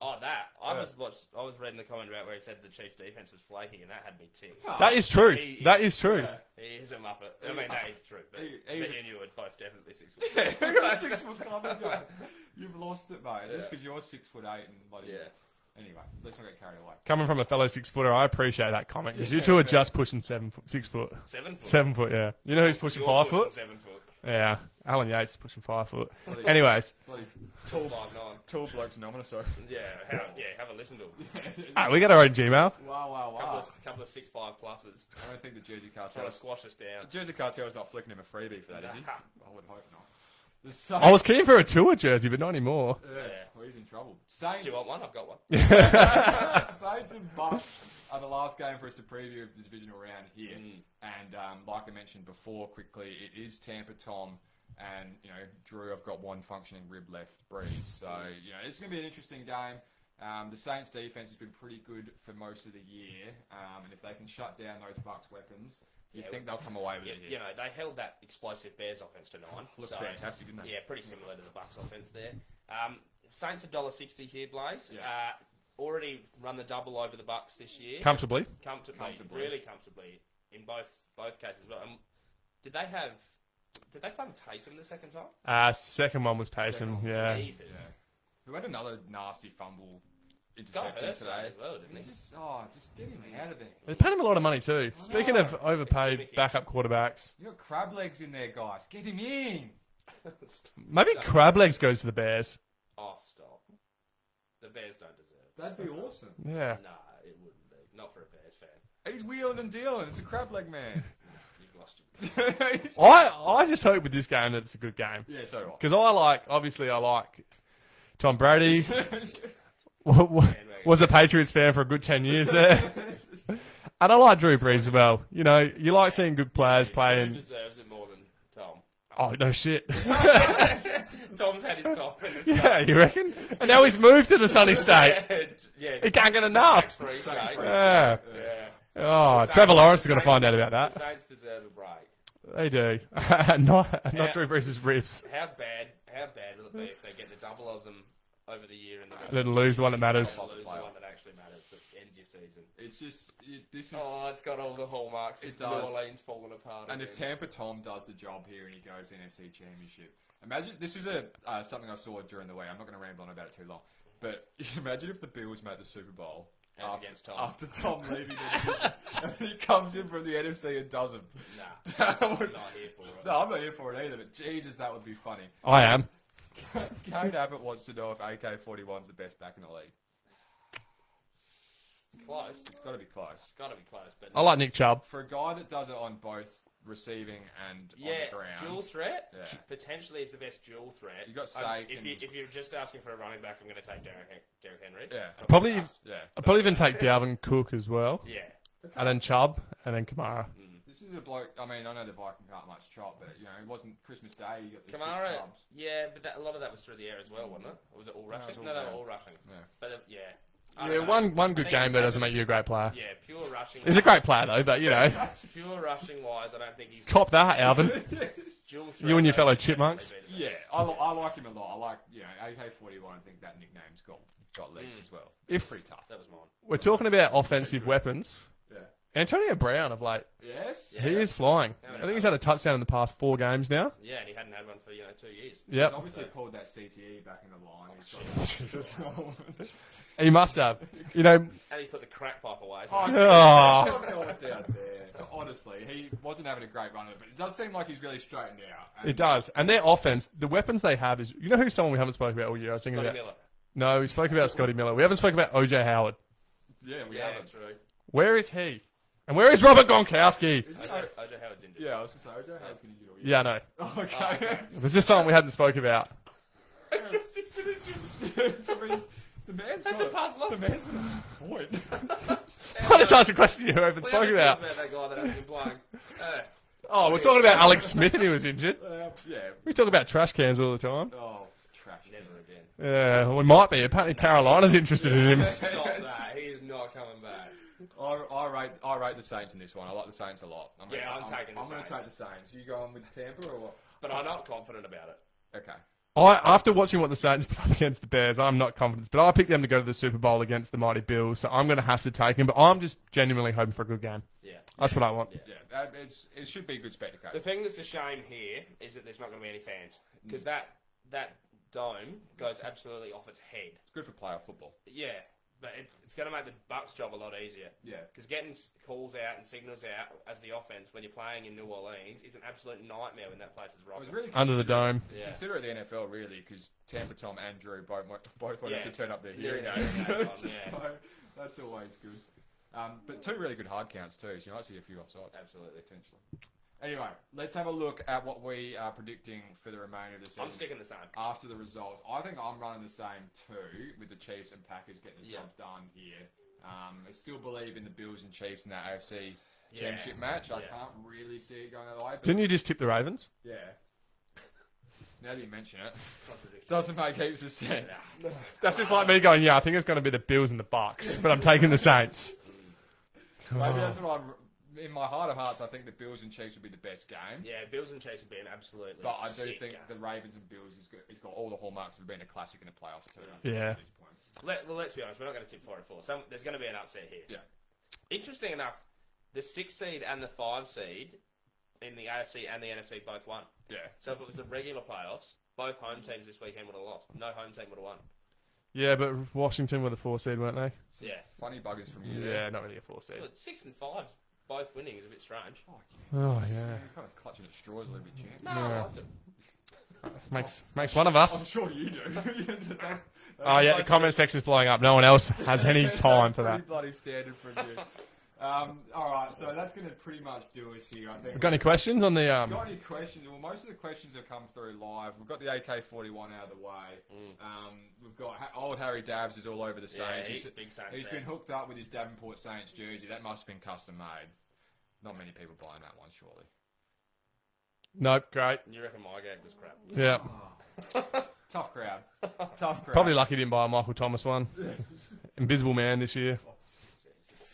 Speaker 2: Oh, that I
Speaker 1: Yeah.
Speaker 2: was watched, I was reading the comment about where he said the Chiefs' defense was flaky, and that had me ticked.
Speaker 1: No,
Speaker 3: that is true.
Speaker 2: He-
Speaker 3: That is true.
Speaker 1: Yeah.
Speaker 2: He is a muppet. I mean, that is true. But
Speaker 1: He-
Speaker 2: he,
Speaker 1: he's-
Speaker 2: and you were both definitely six
Speaker 1: Yeah,
Speaker 2: foot.
Speaker 1: we've got a six foot comment going. You've lost it, mate. Just
Speaker 2: Yeah.
Speaker 1: because you're six foot eight and bloody.
Speaker 2: Yeah.
Speaker 1: Anyway, let's not get carried away.
Speaker 3: Coming from a fellow six footer, I appreciate that comment because you
Speaker 1: Yeah,
Speaker 3: two are
Speaker 1: yeah.
Speaker 3: just pushing seven foot, six foot,
Speaker 2: Seven foot.
Speaker 3: seven foot. Yeah, you know who's pushing
Speaker 2: You're
Speaker 3: five
Speaker 2: pushing
Speaker 3: foot.
Speaker 2: Seven foot.
Speaker 3: Yeah, Alan Yates is pushing five foot.
Speaker 1: Bloody,
Speaker 3: Anyways,
Speaker 1: bloody
Speaker 2: Tall five nine.
Speaker 1: tall blokes anonymous, so.
Speaker 2: Yeah, have, yeah. Have a listen to him.
Speaker 3: ah, we got our own Gmail.
Speaker 1: wow, wow,
Speaker 2: Couple
Speaker 1: wow.
Speaker 2: of, couple of six five pluses
Speaker 1: I don't think the Jersey
Speaker 2: trying
Speaker 1: cartel.
Speaker 2: to squash us down.
Speaker 1: Jersey cartel's not flicking him a freebie for that, is he?
Speaker 2: Nah.
Speaker 1: I would hope not. The Saints,
Speaker 3: I was keen for a tour jersey, but not anymore.
Speaker 1: Yeah, well, he's in trouble. Saints,
Speaker 2: Do you want one? I've got one.
Speaker 1: Saints and Bucks are the last game for us to preview of the divisional round here.
Speaker 2: Mm.
Speaker 1: And um, like I mentioned before, quickly, it is Tampa Tom and you know Drew. I've got one functioning rib left, Breeze. So you know it's going to be an interesting game. Um, the Saints defense has been pretty good for most of the year, um, and if they can shut down those Bucks weapons, you
Speaker 2: Yeah,
Speaker 1: think they'll come away with
Speaker 2: You,
Speaker 1: it here.
Speaker 2: you know, they held that explosive Bears offense to nine.
Speaker 1: Looked
Speaker 2: so,
Speaker 1: fantastic, didn't they?
Speaker 2: Yeah, pretty similar to the Bucks offense there. Um, Saints a dollar sixty here, Blaze.
Speaker 1: Yeah.
Speaker 2: Uh, already run the double over the Bucks this year.
Speaker 3: Comfortably.
Speaker 2: comfortably,
Speaker 1: Comfortably.
Speaker 2: really comfortably in both both cases. But um, did they have? Did they play with Taysom the second time?
Speaker 3: Uh, second one was
Speaker 1: Second
Speaker 3: Taysom,
Speaker 1: one.
Speaker 3: yeah.
Speaker 2: Jeepers.
Speaker 1: Yeah. Who had another nasty fumble
Speaker 2: Got
Speaker 1: interception
Speaker 2: hurt
Speaker 1: today?
Speaker 2: today as well, didn't
Speaker 1: He
Speaker 2: he?
Speaker 1: just, oh, just get him out of there.
Speaker 3: They paid him a lot of money too. Speaking of overpaid
Speaker 2: It's
Speaker 3: backup quarterbacks,
Speaker 1: You got crab legs in there, guys. Get him in.
Speaker 3: maybe Crab Legs goes to the Bears.
Speaker 2: oh, stop. The Bears don't deserve.
Speaker 1: That'd be awesome.
Speaker 3: Yeah.
Speaker 2: It. Nah, it wouldn't be. Not for a Bears fan.
Speaker 1: He's wheeling and dealing. It's a crab leg man.
Speaker 2: You've lost it.
Speaker 1: He's-
Speaker 3: I, I just hope with this game that it's a good game.
Speaker 1: yeah, so do I.
Speaker 3: Because I like, obviously, I like Tom Brady. Was a Patriots fan for a good 10 years there. And I like Drew Brees as well. You know, you like seeing good players
Speaker 2: Who
Speaker 3: playing.
Speaker 2: deserves it more than Tom?
Speaker 3: Oh, no shit.
Speaker 2: Tom's had his time in the
Speaker 3: yeah, you reckon? And now he's moved to the sunny state.
Speaker 2: yeah,
Speaker 3: He can't get
Speaker 2: tax
Speaker 3: enough.
Speaker 2: free state.
Speaker 3: Yeah.
Speaker 2: Yeah.
Speaker 3: Oh,
Speaker 2: Saints-
Speaker 3: Trevor Lawrence is going
Speaker 2: Saints-
Speaker 3: to find out about that.
Speaker 2: The Saints deserve a break.
Speaker 3: They do. not
Speaker 2: Yeah.
Speaker 3: not Drew Brees' ribs.
Speaker 2: How bad? How bad will it be if they get the double of them over the year and then
Speaker 3: Then lose the one that matters.
Speaker 2: Lose the one that actually matters that ends your season.
Speaker 1: It's just it, this is.
Speaker 2: Oh, it's got all the hallmarks.
Speaker 1: It
Speaker 2: It does.
Speaker 1: does.
Speaker 2: New Orleans falling apart.
Speaker 1: And if
Speaker 2: again.
Speaker 1: Tampa Tom does the job here and he goes NFC Championship, imagine this is a uh, something I saw during the way. I'm not going to ramble on about it too long, but imagine if the Bills make the Super Bowl
Speaker 2: And it's
Speaker 1: after,
Speaker 2: against Tom.
Speaker 1: after Tom leaving, it, and he comes in from the NFC and doesn't.
Speaker 2: nah,
Speaker 1: That
Speaker 2: I'm
Speaker 1: would-
Speaker 2: not here for it.
Speaker 1: no, I'm not here for it either. But Jesus, that would be funny.
Speaker 3: I am.
Speaker 1: Kate Abbott wants to know if AK41 is the best back in the league.
Speaker 2: It's close.
Speaker 1: It's got to be close
Speaker 2: It's got to be close, but
Speaker 3: I like Nick Chubb.
Speaker 1: for a guy that does it on both receiving and on
Speaker 2: yeah,
Speaker 1: the ground.
Speaker 2: dual threat.
Speaker 1: Yeah.
Speaker 2: Potentially, is the best dual threat.
Speaker 1: You got
Speaker 2: I'm-
Speaker 1: Saik
Speaker 2: If, you,
Speaker 1: and-
Speaker 2: if you're just asking for a running back, I'm going to take Derrick, Hen- Derrick Henry.
Speaker 1: Yeah.
Speaker 3: Probably-
Speaker 2: fast.
Speaker 1: Yeah.
Speaker 3: I'd probably even take Dalvin Cook as well,
Speaker 2: Yeah.
Speaker 3: and then Chubb, and then Kamara.
Speaker 1: This is a bloke. I mean, I know the Viking can't much chop, but you know, it wasn't Christmas Day. You got the six
Speaker 2: Kamara.
Speaker 1: subs.
Speaker 2: Yeah, but that, a lot of that was through the air as well, wasn't it? Or was it all
Speaker 1: No, it was
Speaker 2: rushing?
Speaker 1: all
Speaker 2: No, they
Speaker 1: around.
Speaker 2: were all rushing.
Speaker 1: Yeah.
Speaker 2: But uh, yeah. I
Speaker 3: Yeah,
Speaker 2: don't know.
Speaker 3: one one
Speaker 2: I
Speaker 3: good
Speaker 2: think
Speaker 3: game though
Speaker 2: it-
Speaker 3: doesn't make you a great player.
Speaker 2: Yeah, pure rushing.
Speaker 3: He's a great player though, but you know,
Speaker 2: Pure rushing wise, I don't think he's
Speaker 3: cop that, Alvin.
Speaker 2: dual threat.
Speaker 3: You and your
Speaker 2: though,
Speaker 3: fellow
Speaker 2: he's definitely
Speaker 3: chipmunks.
Speaker 2: better than-
Speaker 1: yeah, I, li- I like him a lot. I like you know AK forty one. I think that nickname's got got legs
Speaker 2: Mm.
Speaker 1: as well.
Speaker 3: If-
Speaker 1: It's pretty tough.
Speaker 2: That was mine.
Speaker 3: We're talking about offensive weapons.
Speaker 1: Yeah.
Speaker 3: Antonio Brown of late,
Speaker 1: Yes.
Speaker 2: Yeah.
Speaker 3: he is flying. I think he's had a touchdown in the past four games now.
Speaker 2: Yeah, and he hadn't had one for you know two years.
Speaker 1: He's
Speaker 3: Yep,
Speaker 1: obviously
Speaker 2: So-
Speaker 1: pulled that CTE back in the line. He's got-
Speaker 3: he must have. You know,
Speaker 2: And he put the crack pipe away. So
Speaker 1: Oh,
Speaker 3: Oh.
Speaker 1: God, God, down there. Honestly, he wasn't having a great run of it, but it does seem like he's really straightened out. And
Speaker 3: it does. And their offense, the weapons they have is. You know who's someone we haven't spoken about all year? I was thinking
Speaker 2: Scotty
Speaker 3: about.
Speaker 2: Miller.
Speaker 3: No, we spoke about Scotty Miller. We haven't spoken about OJ Howard.
Speaker 1: Yeah, we
Speaker 2: yeah,
Speaker 1: haven't.
Speaker 2: true.
Speaker 3: Where is he? And where is Robert Gronkowski?
Speaker 1: Isn't
Speaker 2: OJ,
Speaker 1: that-
Speaker 2: OJ Howard's injured.
Speaker 1: yeah, I was gonna say, OJ Howard's been injured all year.
Speaker 3: Yeah, no.
Speaker 1: Okay.
Speaker 3: Was this someone we hadn't spoke about?
Speaker 1: So, I mean, the man's
Speaker 2: That's
Speaker 1: got
Speaker 2: a pass
Speaker 1: The
Speaker 2: lock.
Speaker 1: man's got a point.
Speaker 3: I just asked a question you haven't
Speaker 2: We
Speaker 3: spoken
Speaker 2: haven't
Speaker 3: about.
Speaker 2: talked about that guy that hasn't been playing. Uh,
Speaker 3: Oh, we're talking about Alex Smith and he was injured.
Speaker 1: Uh, yeah.
Speaker 3: We talk about trash cans all the time.
Speaker 1: Oh, trash.
Speaker 2: never again.
Speaker 3: Yeah, we might be. Apparently, Carolina's interested in him.
Speaker 2: Stop that. He is not coming back.
Speaker 1: I, I rate I rate the Saints in this one. I like the Saints a lot. I'm gonna
Speaker 2: Yeah,
Speaker 1: ta-
Speaker 2: I'm taking the
Speaker 1: I'm gonna
Speaker 2: Saints.
Speaker 1: take the Saints. You going with Tampa or what?
Speaker 2: But I'm not confident about it.
Speaker 1: Okay.
Speaker 3: I, after watching what the Saints put up against the Bears, I'm not confident. But I picked them to go to the Super Bowl against the mighty Bills, so I'm going to have to take him. But I'm just genuinely hoping for a good game.
Speaker 2: Yeah.
Speaker 3: That's what I want.
Speaker 2: Yeah.
Speaker 1: Yeah, uh, it's it should be a good spectacle.
Speaker 2: The thing that's a shame here is that there's not going to be any fans because that that dome goes absolutely off its head.
Speaker 1: It's good for playoff football.
Speaker 2: Yeah, but it, it's going to make the Bucks' job a lot easier.
Speaker 1: Yeah.
Speaker 2: Because getting s- calls out and signals out as the offense when you're playing in New Orleans is an absolute nightmare when that place is
Speaker 1: I was
Speaker 2: rocking.
Speaker 1: really
Speaker 3: Under the
Speaker 1: considerate-
Speaker 3: dome.
Speaker 1: Oh, It's
Speaker 2: Yeah.
Speaker 1: considerate of the NFL really because Tampa Tom and Drew both wa- both wanted to
Speaker 2: Yeah.
Speaker 1: turn up their
Speaker 2: Yeah,
Speaker 1: hearing
Speaker 2: yeah,
Speaker 1: aids.
Speaker 2: yeah, that's on,
Speaker 1: Just
Speaker 2: yeah.
Speaker 1: so that's always good. Um, but two really good hard counts too, so you might see a few offsides
Speaker 2: Absolutely.
Speaker 1: potentially. Anyway, let's have a look at what we are predicting for the remainder of the season.
Speaker 2: I'm sticking the same.
Speaker 1: after the results. I think I'm running the same too with the Chiefs and Packers getting the
Speaker 2: Yeah.
Speaker 1: job done here. Um, I still believe in the Bills and Chiefs in that AFC
Speaker 2: Yeah.
Speaker 1: championship match. I
Speaker 2: Yeah.
Speaker 1: can't really see it going the other way. But
Speaker 3: Didn't you just tip the Ravens?
Speaker 1: yeah. now that you mention it,
Speaker 2: Contradiction.
Speaker 1: doesn't make heaps of sense.
Speaker 3: That's just like me going, yeah, I think it's going to be the Bills and the Bucks, but I'm taking the Saints.
Speaker 1: Maybe that's what I'm. In my heart of hearts, I think the Bills and Chiefs would be the best game.
Speaker 2: Yeah, Bills and Chiefs would be an absolutely.
Speaker 1: But I do
Speaker 2: sick
Speaker 1: think
Speaker 2: game.
Speaker 1: the Ravens and Bills has got, it's got all the hallmarks of being a classic in the playoffs too. I think,
Speaker 3: Yeah.
Speaker 1: At this point.
Speaker 2: Let, well, let's be honest, we're not going to tip four and four. Some, there's going to be an upset here.
Speaker 1: Yeah.
Speaker 2: Interesting enough, the six seed and the five seed in the AFC and the NFC both won.
Speaker 1: Yeah.
Speaker 2: So if it was the regular playoffs, both home teams this weekend would have lost. No home team would have won.
Speaker 3: Yeah, but Washington were the four seed, weren't they?
Speaker 1: Some
Speaker 2: Yeah.
Speaker 1: Funny buggers from you. there.
Speaker 3: Yeah, not really a four seed.
Speaker 2: Well, it's six and five, both winning is a bit strange.
Speaker 1: Oh, yeah.
Speaker 3: Oh yeah,
Speaker 1: You're kind of clutching at straws a little bit, Jack.
Speaker 2: No, I
Speaker 3: Yeah.
Speaker 2: liked it.
Speaker 3: makes makes one of us.
Speaker 1: I'm sure you do. That's-
Speaker 3: Oh yeah, the
Speaker 1: that's-
Speaker 3: comment section is blowing up. No one else has any
Speaker 1: that's
Speaker 3: time for
Speaker 1: pretty
Speaker 3: that.
Speaker 1: Bloody standard from you. um, all right, so that's going to pretty much do us here. I think.
Speaker 3: Got any questions on the um?
Speaker 1: Got any questions? Well, most of the questions have come through live. We've got the AK-41 out of the way. Um, we've got ha- old Harry Dabbs is all over the
Speaker 2: Mm. Yeah,
Speaker 1: Saints.
Speaker 2: he's,
Speaker 1: he's
Speaker 2: big Saints
Speaker 1: he's
Speaker 2: fan.
Speaker 1: been hooked up with his Davenport Saints jersey. That must have been custom made. Not many people buying that one, surely.
Speaker 3: Nope, great.
Speaker 2: You reckon my gag was crap?
Speaker 3: Yeah,
Speaker 1: Ah. Tough crowd. Tough crowd.
Speaker 3: probably lucky he didn't buy a Michael Thomas one. Invisible Man this year.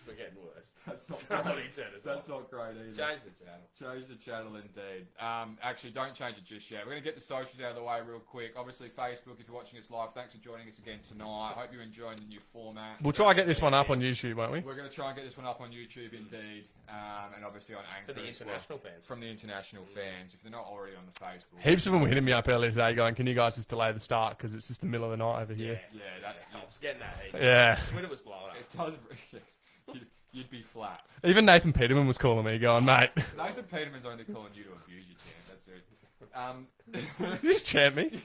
Speaker 2: We're getting worse.
Speaker 1: That's
Speaker 2: It's
Speaker 1: not
Speaker 2: not what
Speaker 1: great.
Speaker 2: he said, it's
Speaker 1: That's not great either.
Speaker 2: Change the channel.
Speaker 1: Change the channel indeed. Um, actually, don't change it just yet. We're going to get the socials out of the way real quick. Obviously, Facebook, if you're watching us live, thanks for joining us again tonight. I hope you're enjoying the new format.
Speaker 3: We'll try and get this one up on YouTube, won't we?
Speaker 1: We're going to try and get this one up on YouTube indeed, um, and obviously on Anchor.
Speaker 2: For the
Speaker 1: as well.
Speaker 2: international fans.
Speaker 1: From the international fans, if they're not already on the Facebook.
Speaker 3: Heaps of them were hitting me up earlier today, going, "Can you guys just delay the start because it's just the middle of the night over
Speaker 2: Yeah,
Speaker 3: here?"
Speaker 1: Yeah, that-
Speaker 2: helps. Getting that heat.
Speaker 3: Yeah.
Speaker 2: Twitter was blowing up.
Speaker 1: It does. you'd, you'd be flat.
Speaker 3: Even Nathan Peterman was calling me, going, "Mate,
Speaker 1: Nathan Peterman's only calling you to abuse your chance. That's it. Um,
Speaker 3: just chant me."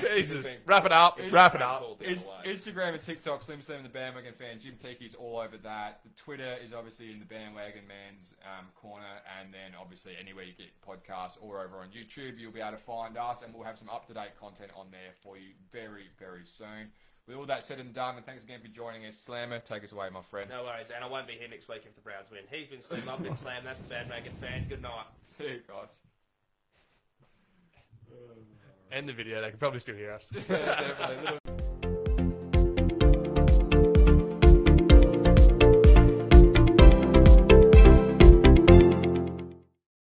Speaker 2: Jesus.
Speaker 3: Wrap it up. Wrap it up.
Speaker 2: Called the
Speaker 1: Ins-
Speaker 2: other way.
Speaker 1: Instagram and TikTok, Slim Slim and the bandwagon fan, Jim Tiki's all over that. The Twitter is obviously in the bandwagon man's um, corner, and then obviously anywhere you get podcasts or over on YouTube, you'll be able to find us, and we'll have some up to date content on there for you very very soon. With all that said and done, and thanks again for joining us, Slammer. Take us away, my friend.
Speaker 2: No worries, and I won't be here next week if the Browns win. He's been slim, I've been slam. That's the bad making fan. Good night.
Speaker 1: See you guys.
Speaker 3: End the video. They can probably still hear us.
Speaker 1: Yeah, definitely. Little-